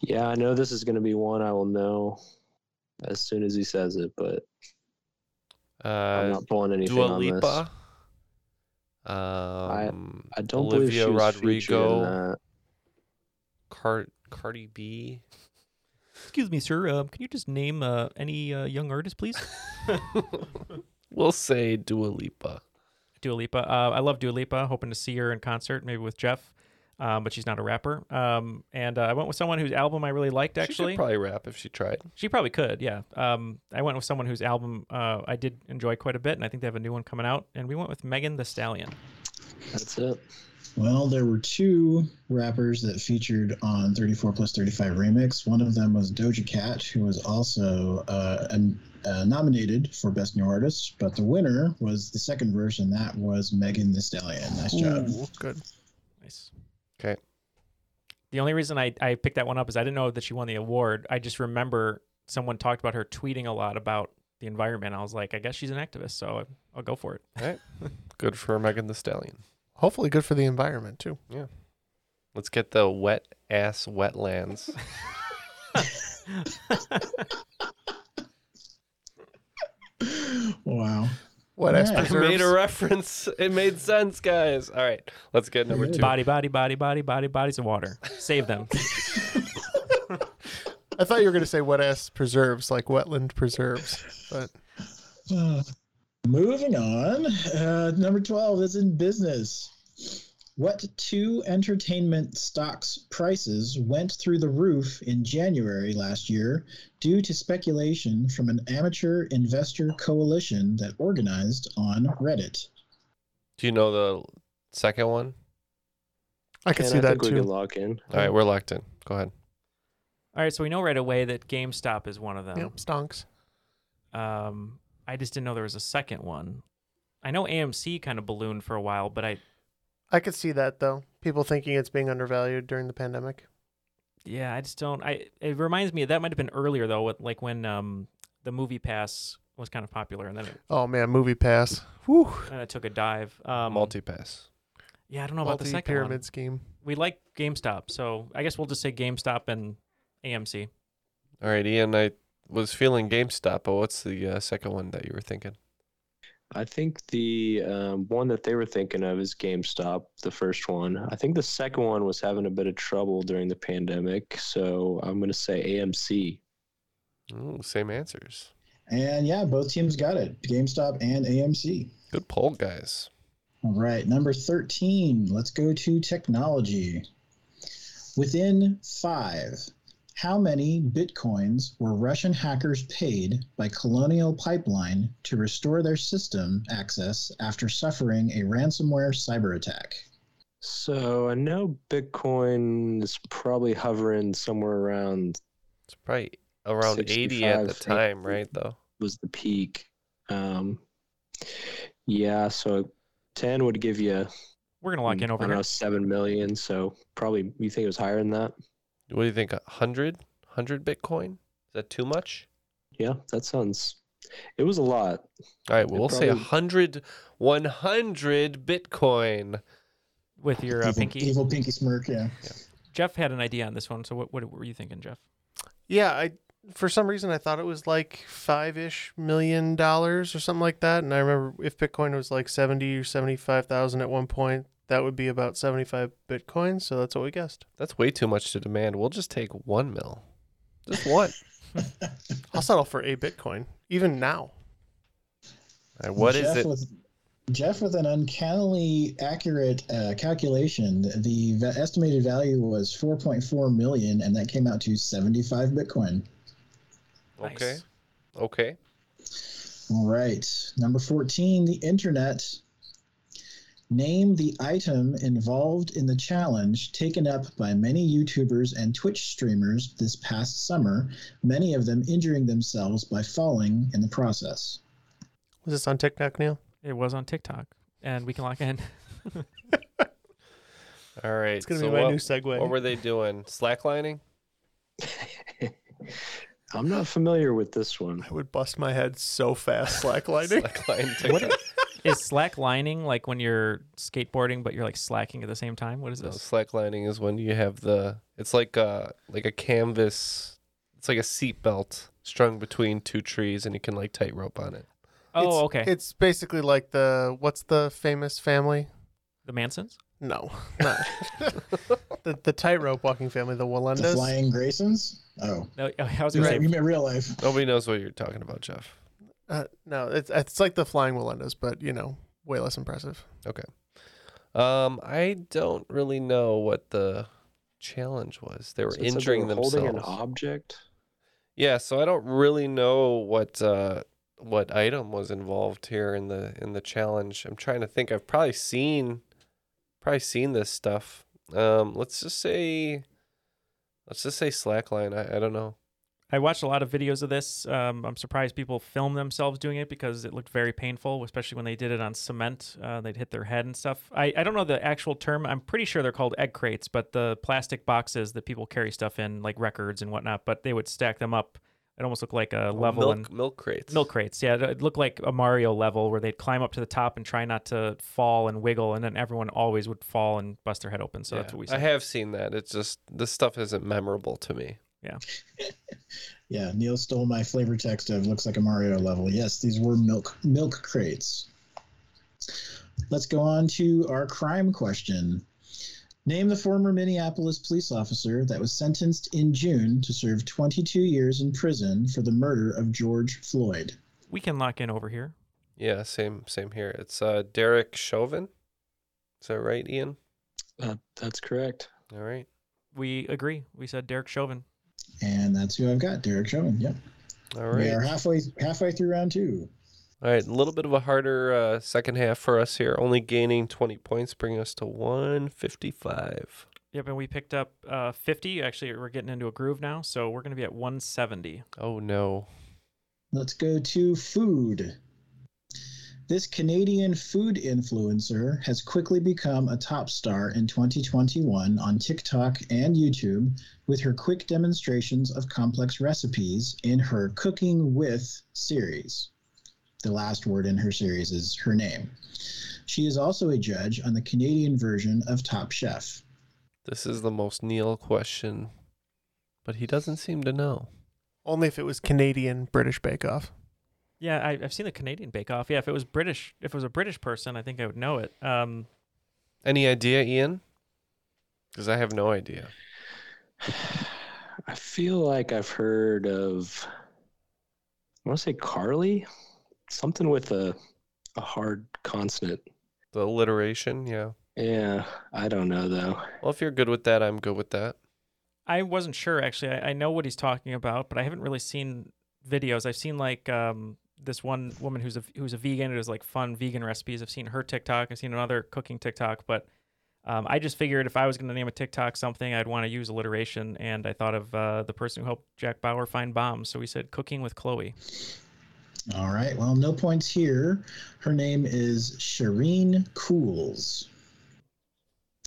Yeah, I know this is going to be one I will know as soon as he says it, but I'm
Uh,
not pulling anything
Dua
on
Lipa.
this.
Um,
I don't believe she
Olivia
was featured in
Rodrigo,
that.
Card Cardi B.
Excuse me, sir. Um, can you just name uh, any uh, young artist, please?
We'll say Dua Lipa.
Dua Lipa. Uh, I love Dua Lipa. Hoping to see her in concert, maybe with Jeff, um, but she's not a rapper. Um, and uh, I went with someone whose album I really liked. Actually,
she could probably rap if she tried.
She probably could, yeah. Um, I went with someone whose album uh, I did enjoy quite a bit, and I think they have a new one coming out. And we went with Megan the Stallion.
That's it.
Well, there were two rappers that featured on 34 plus 35 remix. One of them was Doja Cat, who was also uh, an, uh, nominated for Best New Artist, but the winner was the second verse, and that was Megan Thee Stallion. Nice job.
Ooh, good.
Nice.
Okay.
The only reason I, I picked that one up is I didn't know that she won the award. I just remember someone talked about her tweeting a lot about the environment. I was like, I guess she's an activist, so I- I'll go for it.
Good for Megan the Stallion.
Hopefully, good for the environment too.
Let's get the wet ass wetlands.
Wow.
What
Yeah.
I made a reference. It made sense, guys. All right, let's get number two.
Body, body, body, body, body, bodies of water. Save them.
I thought you were going to say wet ass preserves, like wetland preserves. But
Uh, moving on. Uh, number 12 is in business. What two entertainment stocks prices went through the roof in January last year due to speculation from an amateur investor coalition that organized on Reddit?
Do you know the second one?
I could
And
see
I
that
think we
too.
can lock in.
All right, we're locked in. Go ahead.
All right, so we know right away that GameStop is one of them.
Yep, stonks.
Um, I just didn't know there was a second one. I know AMC kind of ballooned for a while, but I
I could see that though. People thinking it's being undervalued during the pandemic.
yeah, I just don't. I it reminds me that might have been earlier though, with, like when um the Movie Pass was kind of popular, and then it,
Oh man, movie pass. Whew.
and it took a dive. Um,
Multipass.
Yeah, I don't know about the
Multi
second
pyramid
one.
scheme.
We like GameStop, so I guess we'll just say GameStop and AMC.
All right, Ian. I was feeling GameStop, but what's the uh, second one that you were thinking?
I think the um, one that they were thinking of is GameStop, the first one. I think the second one was having a bit of trouble during the pandemic, so I'm going to say AMC.
Ooh, same answers.
And yeah, both teams got it GameStop and AMC.
Good poll, guys.
All right, number 13. Let's go to technology. Within five, how many bitcoins were Russian hackers paid by Colonial Pipeline to restore their system access after suffering a ransomware cyber attack?
So I know Bitcoin is probably hovering somewhere around
It's probably around 80 at the
65,
time, right? Though.
was the peak. Um, yeah, so 10 would give you
We're gonna lock in
I
over
don't know,
here.
7 million, so probably you think it was higher than that?
What do you think? 100? 100 Bitcoin? Is that too much?
Yeah, that sounds it was a lot.
All right, well,
It
we'll say
probably-
100, 100 Bitcoin.
With your uh,
evil,
pinky,
evil pinky smirk, yeah.
Jeff had an idea on this one. So what, what were you thinking, Jeff?
Yeah, I for some reason I thought it was like five ish million dollars or something like that. And I remember if Bitcoin was like seventy or seventy five thousand at one point, that would be about seventy five bitcoins. So that's what we guessed.
That's way too much to demand. We'll just take one mil. Just one.
I'll settle for a bitcoin even now.
All right, Uh, what is
Jeff
it?
With, Jeff, with an uncannily accurate uh, calculation, the va- estimated value was 4.4 million, and that came out to 75 bitcoin.
Okay.
Nice.
Okay.
All right. Number 14, the internet. Name the item involved in the challenge taken up by many YouTubers and Twitch streamers this past summer, many of them injuring themselves by falling in the process.
Was this on TikTok, Neil?
It was on TikTok, and we can lock in.
All right.
It's gonna
so
be my
what,
new segue.
what were they doing? Slacklining?
I'm not familiar with this one.
I would bust my head so fast slacklining.
Slackline
What
TikTok.
is slacklining like when you're skateboarding but you're like slacking at the same time? What is
No,
this?
slacklining is when you have the. It's like a like a canvas. It's like a seatbelt strung between two trees, and you can like tightrope on it.
oh,
It's-
okay.
It's basically like the what's the famous family?
the Mansons?
No, not the the tightrope walking family,
The
the Walendas.
Flying Graysons? Oh,
No, I was
you
gonna
meant,
say
you meant real life.
Nobody knows what you're talking about, Jeff.
Uh, no, it's it's like the flying Walendas, but you know, way less impressive.
Um, I don't really know what the challenge was. They were
So it said they were
injuring
holding an
themselves.
object.
Yeah, so I don't really know what uh, what item was involved here in the in the challenge. I'm trying to think. I've probably seen probably seen this stuff. Um, let's just say let's just say slackline. I, I don't know.
I watched a lot of videos of this. Um, I'm surprised people film themselves doing it because it looked very painful, especially when they did it on cement. Uh, they'd hit their head and stuff. I, I don't know the actual term. I'm pretty sure they're called egg crates, but the plastic boxes that people carry stuff in, like records and whatnot, but they would stack them up. It almost looked like a level.
Oh, milk,
and,
milk crates.
Milk crates, yeah. It- It looked like a Mario level where they'd climb up to the top and try not to fall and wiggle, and then everyone always would fall and bust their head open. So that's
Yeah.
what we
I
said.
have seen that. It's just this stuff isn't memorable to me.
Yeah, Neil stole my flavor text of looks like a Mario level. Yes, these were milk milk crates. Let's go on to our crime question. Name the former Minneapolis police officer that was sentenced in June to serve 22 years in prison for the murder of George Floyd.
we can lock in over here.
Yeah, same same here. It's uh, Derek Chauvin. Is that right, Ian?
Uh, that's correct.
All right.
We agree. We said Derek Chauvin.
And that's who I've got, Derek Chauvin. Yep.
All
We are
right.
halfway halfway through round two.
All right. A little bit of a harder uh, second half for us here, only gaining 20 points, bringing us to 155.
Yep, and we picked up uh, 50. Actually, we're getting into a groove now, so we're going to be at 170.
Oh, no.
Let's go to food. This Canadian food influencer has quickly become a top star in 2021 on TikTok and YouTube with her quick demonstrations of complex recipes in her Cooking With series. The last word in her series is her name. She is also a judge on the Canadian version of Top Chef.
This is the most Neil question, but he doesn't seem to know.
Only if it was Canadian British Bake Off.
Yeah, I, I've seen the Canadian Bake Off. Yeah, if it was British, if it was a British person, I think I would know it. Um,
Any idea, Ian? Because I have no idea.
I feel like I've heard of. I want to say Carly, something with a a hard consonant.
The alliteration, yeah.
Yeah, I don't know though.
Well, if you're good with that, I'm good with that.
I wasn't sure actually. I, I know what he's talking about, but I haven't really seen videos. I've seen like um, this one woman who's a who's a vegan who does like fun vegan recipes. I've seen her TikTok. I've seen another cooking TikTok, but um, I just figured if I was going to name a TikTok something, I'd want to use alliteration, and I thought of uh, the person who helped Jack Bauer find bombs. So we said cooking with Chloe.
All right, well, no points here. Her name is Shireen Cools.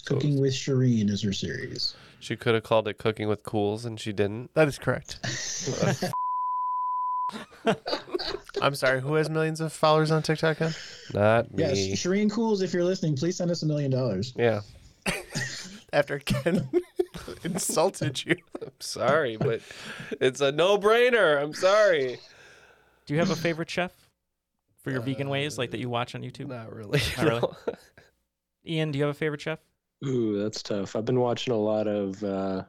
Cooking with Shireen is her series.
She could have called it Cooking with Cools, and she didn't.
That is correct. I'm sorry. Who has millions of followers on TikTok? Now?
Not me.
Yes, Shireen Cools, if you're listening, please send us a million dollars.
Yeah.
After Ken insulted you.
I'm sorry, but it's a no-brainer. I'm sorry.
Do you have a favorite chef for your vegan ways, like that you watch on YouTube?
Not really.
Not really? Ian, do you have a favorite chef?
Ooh, that's tough. I've been watching a lot of. Uh,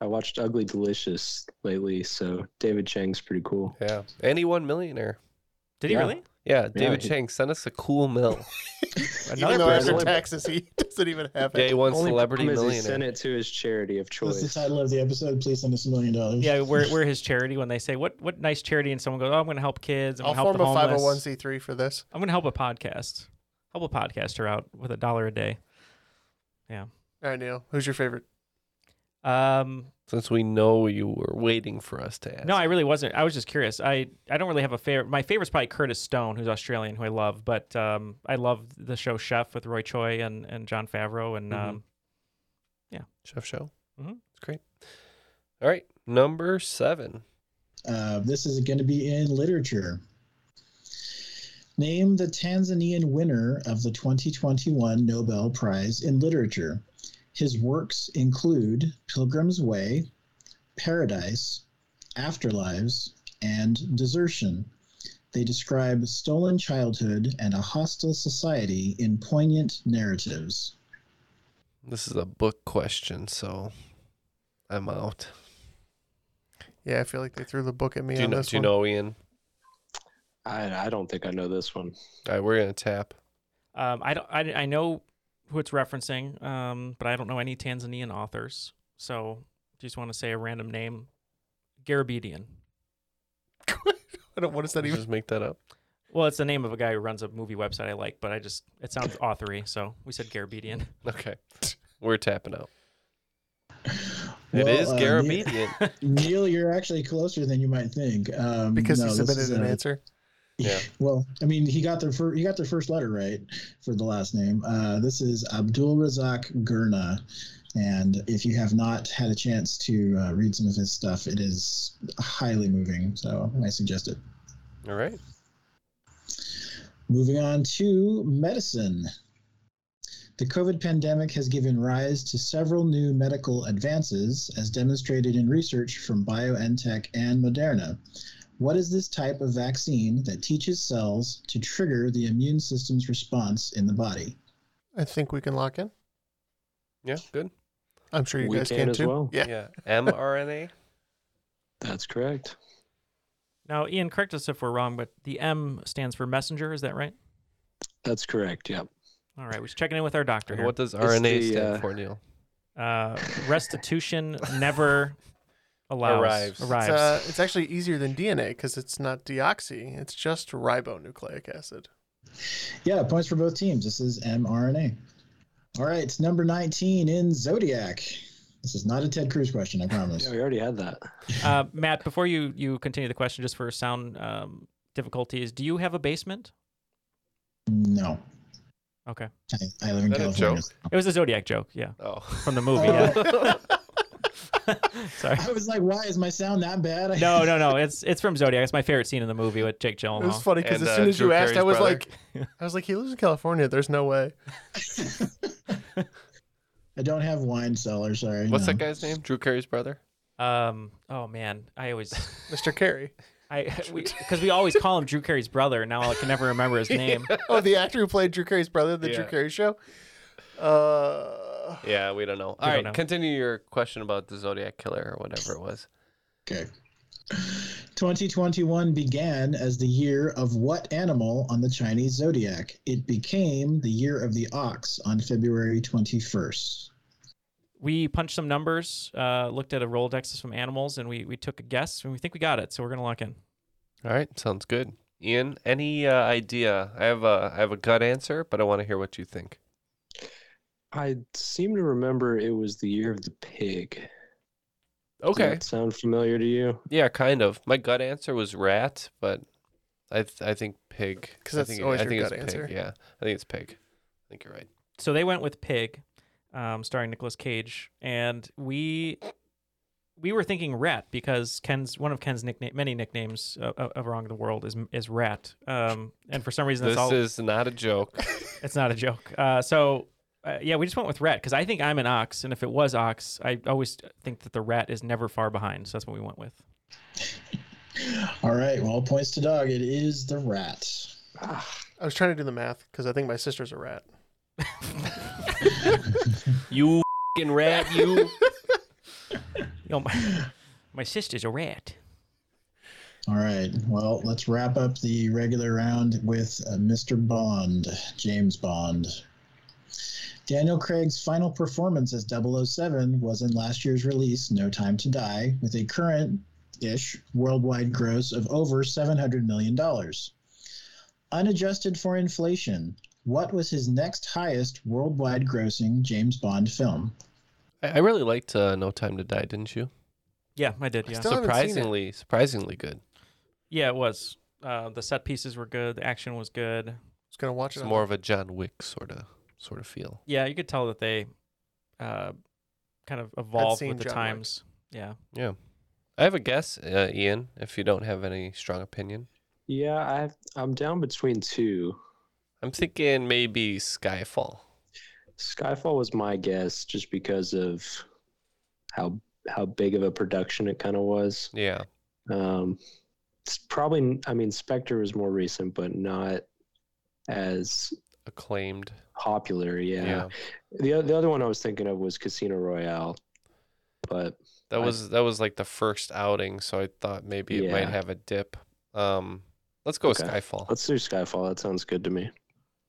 I watched Ugly Delicious lately, so David Chang's pretty cool.
yeah. Anyone millionaire.
Did
Yeah.
he really?
Yeah, David
he-
Chang sent us a cool mill.
Even though
person-
after taxes, he doesn't even have
Day
it.
one
Only
celebrity
problem is he
millionaire.
sent it to his charity of
That's the
choice.
title of the episode. Please send us a million dollars.
Yeah, we're, we're his charity when they say, what what nice charity? And someone goes, oh, I'm going to help kids. I'm
I'll
going to help
form
the
a
homeless.
501c3 for this.
I'm going to help a podcast. Help a podcaster out with a dollar a day.
All right, Neil. Who's your favorite?
Um,
Since we know you were waiting for us to ask.
no, I really wasn't. I was just curious. I, I don't really have a favorite. My favorite's probably Curtis Stone, who's Australian, who I love. But um, I love the show Chef with Roy Choi and, and John Favreau. And
Mm-hmm.
Mhm.
um,
Chef Show.
Mhm.
It's great. All right, number seven.
Uh, this is going to be in literature. Name the Tanzanian winner of the 2021 Nobel Prize in Literature. His works include Pilgrim's Way, Paradise, Afterlives, and Desertion. They describe stolen childhood and a hostile society in poignant narratives.
This is a book question, so I'm out.
Yeah, I feel like they threw the book at me
do you
on
know?
this
Do you
one.
know Ian?
I, I don't think I know this one.
All right, we're gonna tap.
Um, I don't. I, I know who it's referencing, um, but I don't know any Tanzanian authors. So just want to say a random name, Garabedian.
I don't. What is that
Let's
even?
just make that up.
Well, it's the name of a guy who runs a movie website I like, but I just it sounds authory, so we said Garabedian.
Okay, we're tapping out. It
Well,
is
uh,
Garib
Neil-
Median.
Neil, you're actually closer than you might think. Um,
because
no,
he
this is
submitted an
a-
answer.
Yeah.
Well, I mean, he got their first. He got their first letter right for the last name. Uh, this is Abdul Razak Gurna, and if you have not had a chance to uh, read some of his stuff, it is highly moving. So I suggest it.
All right.
Moving on to medicine. The COVID pandemic has given rise to several new medical advances, as demonstrated in research from BioNTech and Moderna. What is this type of vaccine that teaches cells to trigger the immune system's response in the body?
I think we can lock in.
Yeah. Good.
I'm sure you
We
guys
can
can,
as
too.
well.
Yeah.
Yeah. mRNA.
That's correct.
Now, Ian, correct us if we're wrong, but the M stands for messenger. Is that right?
That's correct. Yeah.
All right, we're just checking in with our doctor.
And
Here.
what does RNA
the,
stand
uh,
for, Neil?
Uh, restitution never allows
Arrives.
It's, uh, it's actually easier than DNA because it's not deoxy. It's just ribonucleic acid.
Yeah, points for both teams. This is mRNA. All right, number 19 in Zodiac. This is not a Ted Cruz question, I promise.
Yeah, we already had that.
uh, Matt, before you you continue the question, just for sound um, difficulties, do you have a basement?
No,
Okay,
I, I live
Is
in
that a
California.
joke?
it was a Zodiac joke. Yeah,
Oh.
from the movie. yeah. Sorry.
I was like, why is my sound that bad? I-
No, no, no. It's it's from Zodiac. It's my favorite scene in the movie with Jake
It was
Gyllenhaal.
funny because
And,
as
uh,
soon as
Drew
you asked, I
Carey's
was
brother.
like, I was like, he lives in California. There's no way.
I don't have wine cellar. Sorry.
What's
no.
that guy's name? Drew Carey's brother.
Um. Oh man, I always
Mr. Carey.
I because we, always call him Drew Carey's brother, and now I can never remember his name.
Oh, the actor who played Drew Carey's brother in the Drew
Yeah.
Carey show. Uh,
Yeah, we don't know. All right,
don't know.
continue your question about the Zodiac killer or whatever it was.
Okay. 2021 began as the year of what animal on the Chinese zodiac? It became the year of the ox on February 21st.
We punched some numbers, uh, looked at a Rolodex of some animals, and we we took a guess, and we think we got it. So we're gonna lock in.
All right, sounds good. Ian, any uh, idea? I have a I have a gut answer, but I want to hear what you think.
I seem to remember it was the year of the pig. Does
Okay.
that sound familiar to you?
Yeah, kind of. My gut answer was rat, but I th- I think pig.
'Cause
I
that's
think,
always
I
your
think
gut
it's
answer.
Pig. Yeah, I think it's pig. I think you're right.
So they went with Pig, um, starring Nicolas Cage, and we we were thinking Rat because Ken's one of Ken's nickname, many nicknames of, of- of around the world is is Rat, um, and for some reason
This
that's all
is not a joke.
It's not a joke. Uh, so, uh, yeah, we just went with rat because I think I'm an ox, and if it was ox, I always think that the rat is never far behind. So that's what we went with.
All right. Well, points to dog. It is the rat.
I was trying to do the math because I think my sister's a rat.
you fing rat, you.
You know, my, my sister's a rat.
All right. Well, let's wrap up the regular round with uh, Mr. Bond, James Bond. Daniel Craig's final performance as 007 was in last year's release, No Time to Die, with a current ish worldwide gross of over $700 million. Unadjusted for inflation, what was his next highest worldwide grossing James Bond film?
I I really liked uh, No Time to Die, didn't you?
Yeah, I did. Yeah,
Still haven't seen it.
surprisingly, surprisingly good.
yeah, it was. Uh, the set pieces were good. The action was good.
I was gonna watch it.
It's
on-
more of a John Wick sort of sort of feel.
Yeah, you could tell that they uh, kind of evolved
seen
with the
John Wick.
times. Yeah.
Yeah. I have a guess, uh, Ian, if you don't have any strong opinion.
Yeah, I I'm down between two.
I'm thinking maybe Skyfall.
Skyfall was my guess just because of how how big of a production it kind of was.
Yeah.
Um, it's probably I mean Spectre was more recent, but not as
Acclaimed.
popular. Yeah. The o- the other one I was thinking of was Casino Royale, but
That
I-
was that was like the first outing, so I thought maybe it
Yeah.
might have a dip. Um let's go
Okay.
with Skyfall.
let's do Skyfall. That sounds good to me.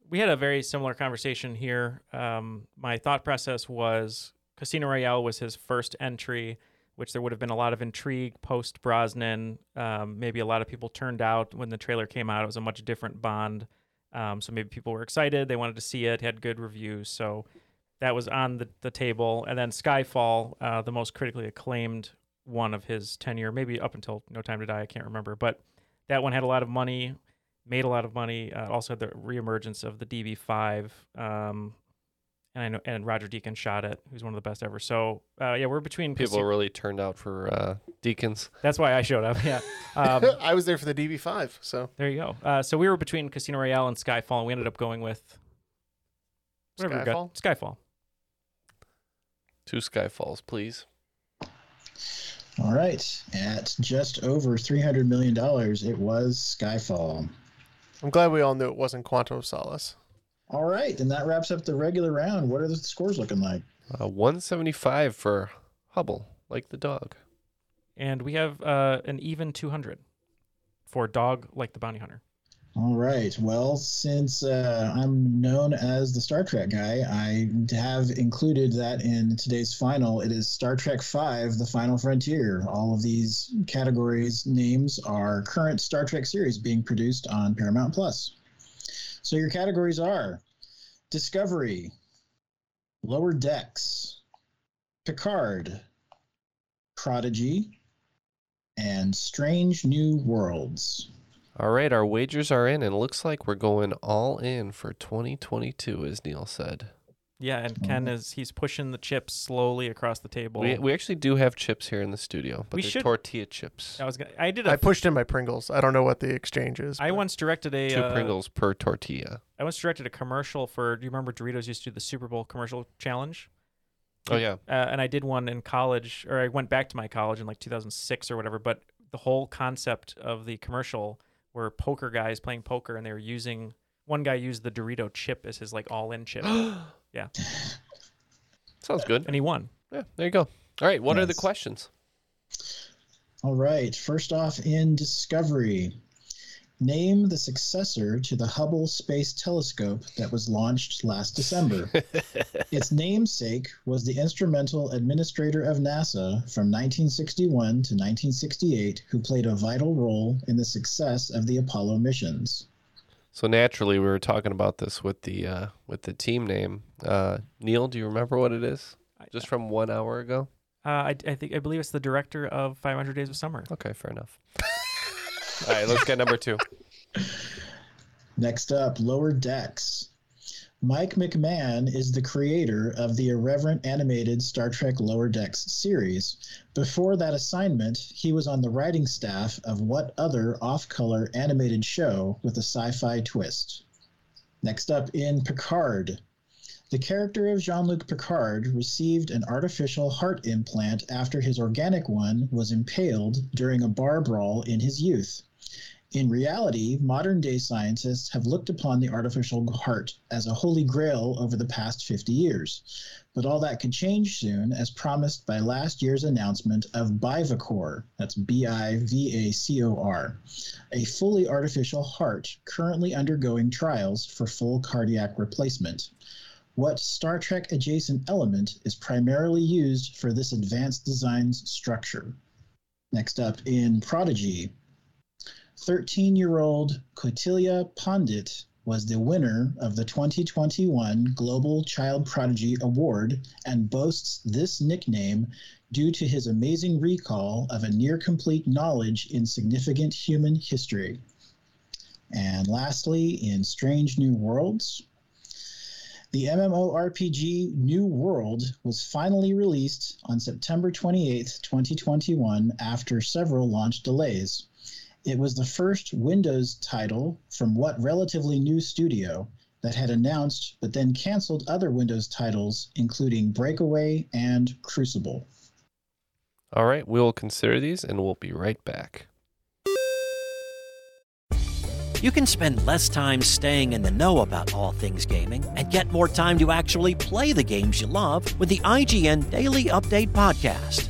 we had a very similar conversation here. Um, my thought process was Casino Royale was his first entry, which there would have been a lot of intrigue post Brosnan. Um, maybe a lot of people turned out when the trailer came out. It was a much different Bond. Um, so maybe people were excited. They wanted to see it, had good reviews. So that was on the, the table, and then Skyfall, uh, the most critically acclaimed one of his tenure, maybe up until No Time to Die. I can't remember, but that one had a lot of money, made a lot of money. Uh, also had the reemergence of the DB5, um, and I know and Roger Deakins shot it, who's one of the best ever. So uh, yeah, we're between
People really turned out for uh, Deacons.
That's why I showed up. Yeah. Um,
I was there for the DB5, so
There you go. Uh, so we were between Casino Royale and Skyfall, and we ended up going with whatever we got. Skyfall.
Two Skyfalls, please.
All right. At just over $300 million, it was Skyfall.
I'm glad we all knew it wasn't Quantum of Solace.
All right. And that wraps up the regular round. What are the scores looking like?
Uh, 175 for Hubble, like the dog.
And we have uh, an even 200 for Dog Like the Bounty Hunter.
All right. Well, since uh, I'm known as the Star Trek guy, I have included that in today's final. It is Star Trek V The Final Frontier. All of these categories' names are current Star Trek series being produced on Paramount Plus. So your categories are Discovery, Lower Decks, Picard, Prodigy, and Strange New Worlds.
All right, our wagers are in, and it looks like we're going all in for 2022, as Neil said.
Yeah, and Ken is he's pushing the chips slowly across the table.
Mm-hmm. we, we actually do have chips here in the studio, but
We
they're
should-
tortilla chips.
I was gonna, I did a
I pushed in my Pringles. I don't know what the exchange is.
I
but-
once directed a
Two
uh,
Pringles per tortilla.
I once directed a commercial for. Do you remember Doritos used to do the Super Bowl commercial challenge?
Oh, yeah.
uh, and I did one in college, or I went back to my college in like 2006 or whatever. But the whole concept of the commercial were poker guys playing poker, and they were using one guy used the Dorito chip as his like all-in chip, and
Sounds good.
he won.
Yeah, there you go. All right, what are the
Nice.
questions?
All right. First off, in Discovery, name the successor to the Hubble Space Telescope that was launched last December. its namesake was the instrumental administrator of NASA from 1961 to 1968, who played a vital role in the success of the Apollo missions.
So naturally, we were talking about this with the uh, with the team name. Uh, Neil, do you remember what it is?
I-
Just from one hour ago.
Uh, I, I think I believe it's the director of 500 Days of Summer.
Okay, fair enough. All right, let's get number two.
Next up, Lower Decks. Mike McMahon is the creator of the irreverent animated Star Trek Lower Decks series. Before that assignment, he was on the writing staff of what other off color animated show with a sci fi twist? Next up, in Picard. The character of Jean Luc Picard received an artificial heart implant after his organic one was impaled during a bar brawl in his youth. In reality, modern day scientists have looked upon the artificial heart as a holy grail over the past 50 years. But all that could change soon, as promised by last year's announcement of Bivacor, that's B I V A C O R, a fully artificial heart currently undergoing trials for full cardiac replacement. What Star Trek adjacent element is primarily used for this advanced design's structure? Next up in Prodigy, 13 year old Cotilia Pondit was the winner of the 2021 Global Child Prodigy Award and boasts this nickname due to his amazing recall of a near complete knowledge in significant human history. And lastly, in Strange New Worlds, the MMORPG New World was finally released on September 28, 2021, after several launch delays. It was the first Windows title from what relatively new studio that had announced but then canceled other Windows titles, including Breakaway and Crucible.
All right, we will consider these, and we'll be right back.
You can spend less time staying in the know about all things gaming and get more time to actually play the games you love with the IGN Daily Update podcast.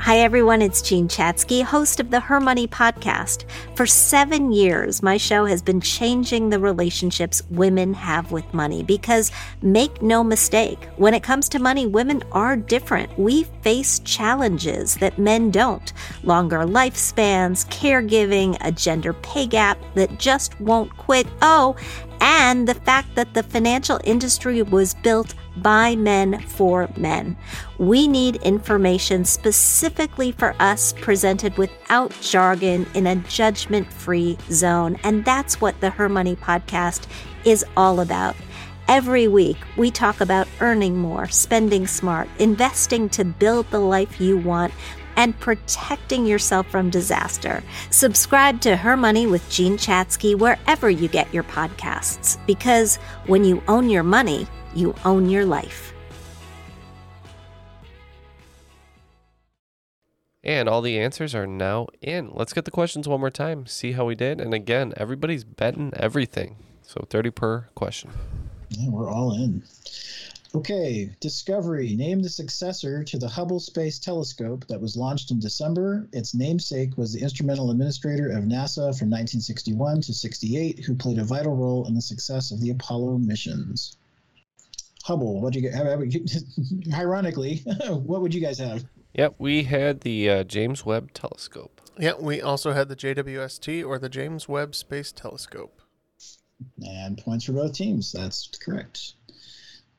Hi, everyone. It's Jean Chatsky, host of the Her Money podcast. For seven years, my show has been changing the relationships women have with money because make no mistake, when it comes to money, women are different. We face challenges that men don't longer lifespans, caregiving, a gender pay gap that just won't quit. Oh, and the fact that the financial industry was built by men for men. We need information specifically for us presented without jargon in a judgment free zone. And that's what the Her Money podcast is all about. Every week, we talk about earning more, spending smart, investing to build the life you want, and protecting yourself from disaster. Subscribe to Her Money with Jean Chatsky wherever you get your podcasts, because when you own your money, you own your life.
And all the answers are now in. Let's get the questions one more time, see how we did. And again, everybody's betting everything. So 30 per question.
Yeah, we're all in. Okay, Discovery named the successor to the Hubble Space Telescope that was launched in December. Its namesake was the instrumental administrator of NASA from 1961 to 68, who played a vital role in the success of the Apollo missions. Hubble, what do you get? Ironically, what would you guys have?
Yep, we had the uh, James Webb Telescope.
Yeah, we also had the JWST or the James Webb Space Telescope.
And points for both teams. That's correct.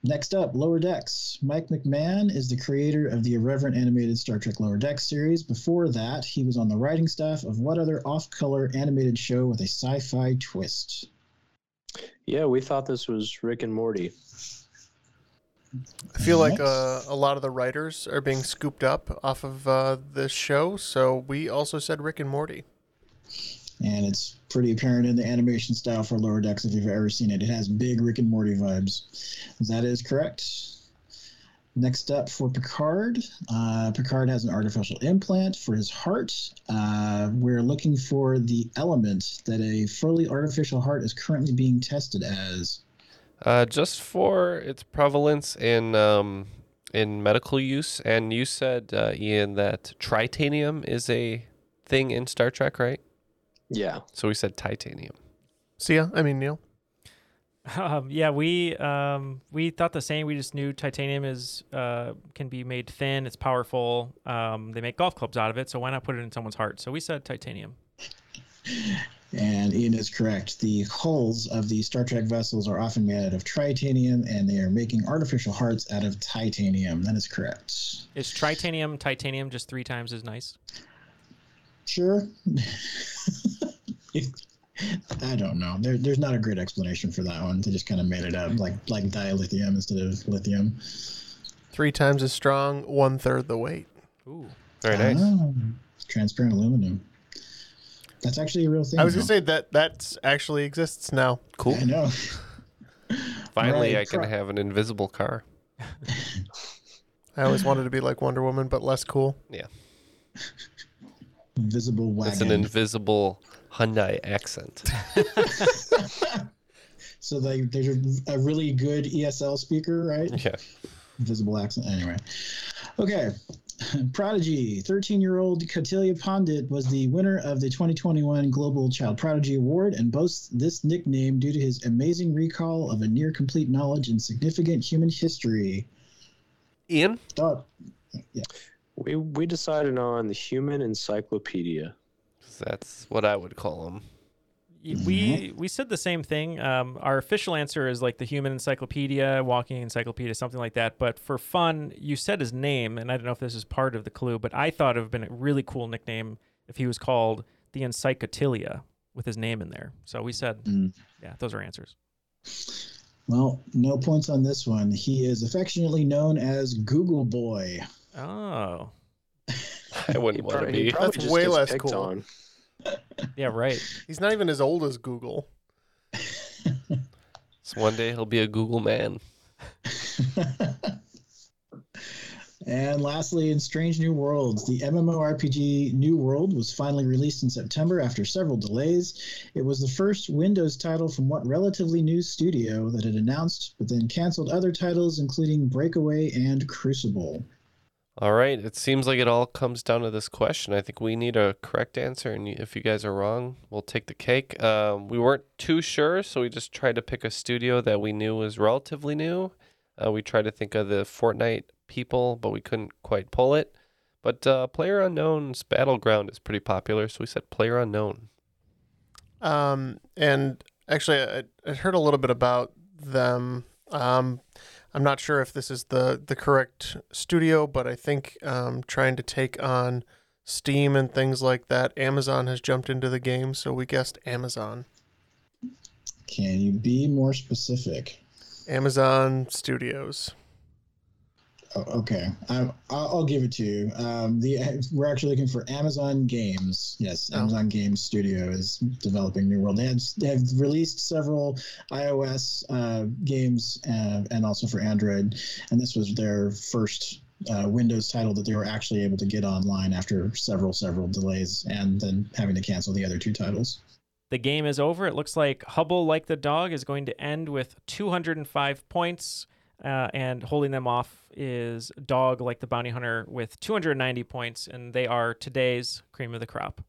Next up, Lower Decks. Mike McMahon is the creator of the irreverent animated Star Trek Lower Decks series. Before that, he was on the writing staff of what other off color animated show with a sci fi twist?
Yeah, we thought this was Rick and Morty.
Mm-hmm.
I feel like uh, a lot of the writers are being scooped up off of uh, this show, so we also said Rick and Morty.
And it's pretty apparent in the animation style for Lower Decks if you've ever seen it. It has big Rick and Morty vibes. That is correct. Next up for Picard, uh, Picard has an artificial implant for his heart. Uh, we're looking for the element that a fully artificial heart is currently being tested as.
Uh, just for its prevalence in um, in medical use, and you said uh, Ian that tritanium is a thing in Star Trek, right?
Yeah.
So we said titanium.
See ya. I mean, Neil.
Um, yeah, we um, we thought the same. We just knew titanium is uh, can be made thin. It's powerful. Um, they make golf clubs out of it, so why not put it in someone's heart? So we said titanium.
And Ian is correct. The hulls of the Star Trek vessels are often made out of titanium, and they are making artificial hearts out of titanium. That is correct.
Is tritanium titanium just three times as nice?
Sure. I don't know. There, there's not a great explanation for that one. They just kind of made it up, like like dilithium instead of lithium.
Three times as strong, one third the weight.
Ooh,
very nice.
Ah, transparent aluminum. That's actually a real thing.
I was gonna
though.
say that that actually exists now.
Cool.
I know.
Finally,
Right,
I can
pro-
have an invisible car.
I always wanted to be like Wonder Woman, but less cool.
Invisible
It's
wagon.
an invisible Hyundai accent.
so they, there's a really good ESL speaker, right?
yeah.
Invisible accent. Anyway. Okay. Prodigy, 13 year old Katilia Pandit was the winner of the 2021 Global Child Prodigy Award and boasts this nickname due to his amazing recall of a near complete knowledge in significant human history.
Ian,
Thought-
We we decided on the Human Encyclopedia.
'Cause that's what I would call him.
Y- We we said the same thing. Um, our official answer is like the human encyclopedia, walking encyclopedia, something like that. But for fun, you said his name, and I don't know if this is part of the clue, but I thought it would have been a really cool nickname if he was called the Encyclotilia with his name in there. So we said,
Mm.
yeah, those are answers.
Well, no points on this one. He is affectionately known as Google Boy.
Oh,
I wouldn't want to
He prob- he
be.
probably
That's
just
way
gets
less
picked
cool.
on.
yeah, right.
He's not even as old as Google.
So one day he'll be a Google man.
and lastly, in Strange New Worlds, the MMORPG New World was finally released in September after several delays. It was the first Windows title from what relatively new studio that had announced, but then canceled other titles, including Breakaway and Crucible.
All right. It seems like it all comes down to this question. I think we need a correct answer, and if you guys are wrong, we'll take the cake. Um, we weren't too sure, so we just tried to pick a studio that we knew was relatively new. Uh, we tried to think of the Fortnite people, but we couldn't quite pull it. But uh, Player Unknown's Battleground is pretty popular, so we said Player Unknown.
Um, and actually, I, I heard a little bit about them. Um, I'm not sure if this is the the correct studio, but I think um, trying to take on Steam and things like that, Amazon has jumped into the game, so we guessed Amazon.
Can you be more specific?
Amazon Studios.
Oh, okay, I'm, I'll, I'll give it to you. Um, the we're actually looking for Amazon Games. Yes,
Oh.
Amazon Game Studio is developing New World. They have, they have released several iOS uh, games uh, and also for Android, and this was their first uh, Windows title that they were actually able to get online after several several delays and then having to cancel the other two titles.
The game is over. It looks like Hubble, like the dog, is going to end with 205 points. Uh, and holding them off is Dog, like the bounty hunter, with 290 points. And they are today's cream of the crop.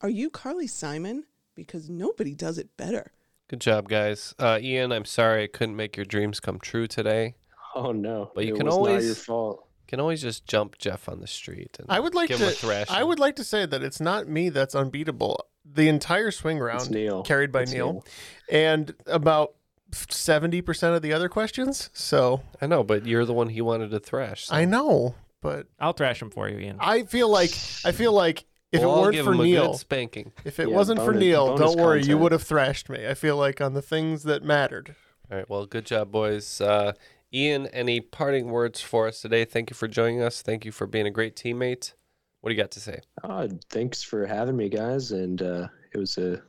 Are you Carly Simon? Because nobody does it better.
Good job, guys. Uh, Ian, I'm sorry I couldn't make your dreams come true today.
Oh no!
But you
It
can
was
always-
not your fault.
Can always just jump Jeff on the street. And
I would like
give him a
to.
thrashing.
I would like to say that it's not me that's unbeatable. The entire swing round
Neil.
carried by
It's
Neil,
Neil.
and about seventy percent of the other questions. So
I know, but you're the one he wanted to thrash. so-
I know, but
I'll thrash him for you, Ian.
I feel like I feel like if
Well, I'll
it weren't
give
for
him a good
Neil,
spanking.
if it
Yeah,
wasn't for
bonus-
Neil,
bonus
don't worry, you
content.
would have thrashed me. I feel like on the things that mattered.
All right. Well, good job, boys. Uh, Ian, any parting words for us today? Thank you for joining us. Thank you for being a great teammate. What do you got to say?
Oh, thanks for having me, guys. And uh, it was a,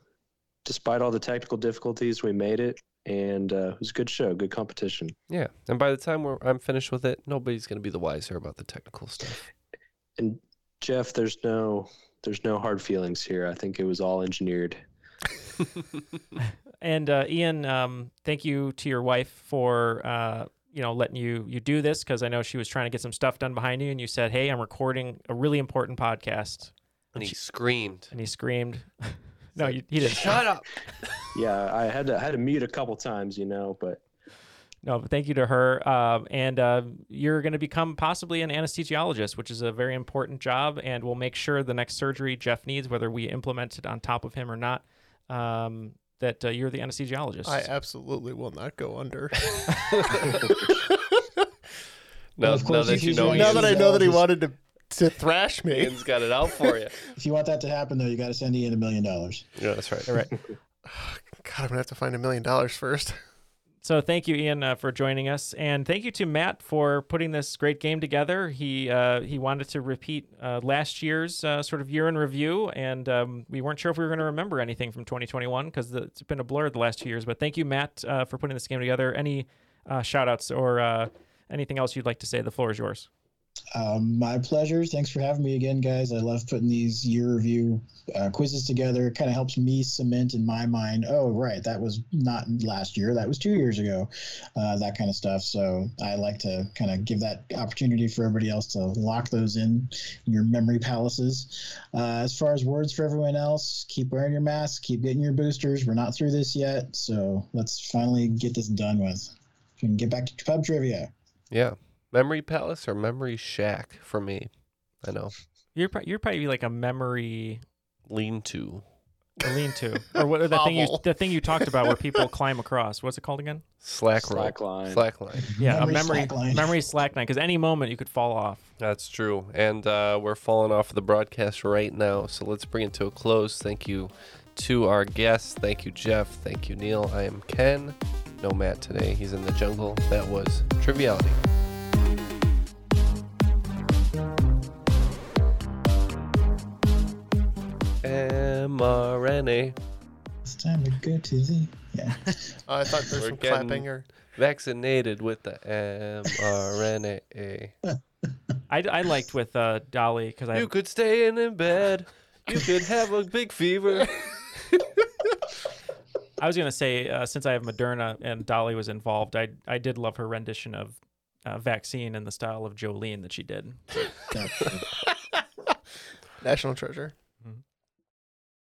despite all the technical difficulties, we made it, and uh, it was a good show, good competition.
Yeah. And by the time we're, I'm finished with it, nobody's going to be the wiser about the technical stuff.
And Jeff, there's no, there's no hard feelings here. I think it was all engineered.
And uh, Ian, um, thank you to your wife for uh, you know letting you you do this because I know she was trying to get some stuff done behind you, and you said, "Hey, I'm recording a really important podcast,"
And he screamed.
and he screamed. no, you, he didn't.
Shut up.
Yeah, I had to, I had to mute a couple times, you know, but
No, but thank you to her. Um, and uh, you're going to become possibly an anesthesiologist, which is a very important job, and we'll make sure the next surgery Jeff needs, whether we implement it on top of him or not, um, that uh, you're the anesthesiologist.
I absolutely will not go under.
Now,
Well, of
now
course
that
you
you know
can-
now
Ian,
that I know that he
Just-
wanted to to thrash me,
Ian's got it out for you.
If you want that to happen, though, you got to send Ian a million dollars.
Yeah, that's right.
All right.
God, I'm gonna have to find a million dollars first.
So thank you, Ian, uh, for joining us, and thank you to Matt for putting this great game together. He uh, he wanted to repeat uh, last year's uh, sort of year in review, and um, we weren't sure if we were going to remember anything from 2021 because it's been a blur the last two years. But thank you, Matt, uh, for putting this game together. Any uh, shout outs or uh, anything else you'd like to say? The floor is yours.
Um, my pleasure. Thanks for having me again, guys. I love putting these year review uh, quizzes together. It kind of helps me cement in my mind, oh, right, that was not last year, that was two years ago, uh, that kind of stuff. So I like to kind of give that opportunity for everybody else to lock those in your memory palaces. Uh, as far as words for everyone else, keep wearing your masks, keep getting your boosters. We're not through this yet. So let's finally get this done with. We can get back to pub trivia.
Yeah. Memory Palace or Memory Shack for me. I know.
You're pro- you're probably like a memory
Lean to.
lean to, or what the thing you
Hovel.
the thing you talked about where people climb across. What's it called again?
Slack,
Slack
roll.
line.
Slack line.
Memory
Yeah, a memory
slack line.
memory slack line because any moment you could fall off.
That's true. And uh, we're falling off the broadcast right now. So let's bring it to a close. Thank you to our guests. Thank you, Jeff. Thank you, Neil. I am Ken. No Matt today. He's in the jungle. That was Triviality. mRNA
It's time to go to the. Yeah.
Oh, I thought
We're
there's some
getting-
clapping or
vaccinated with the mRNA.
I, I liked with uh, Dolly because I
You could stay in, in bed. You could have a big fever.
I was gonna say uh, since I have Moderna and Dolly was involved, I I did love her rendition of uh, vaccine in the style of Jolene that she did.
National treasure.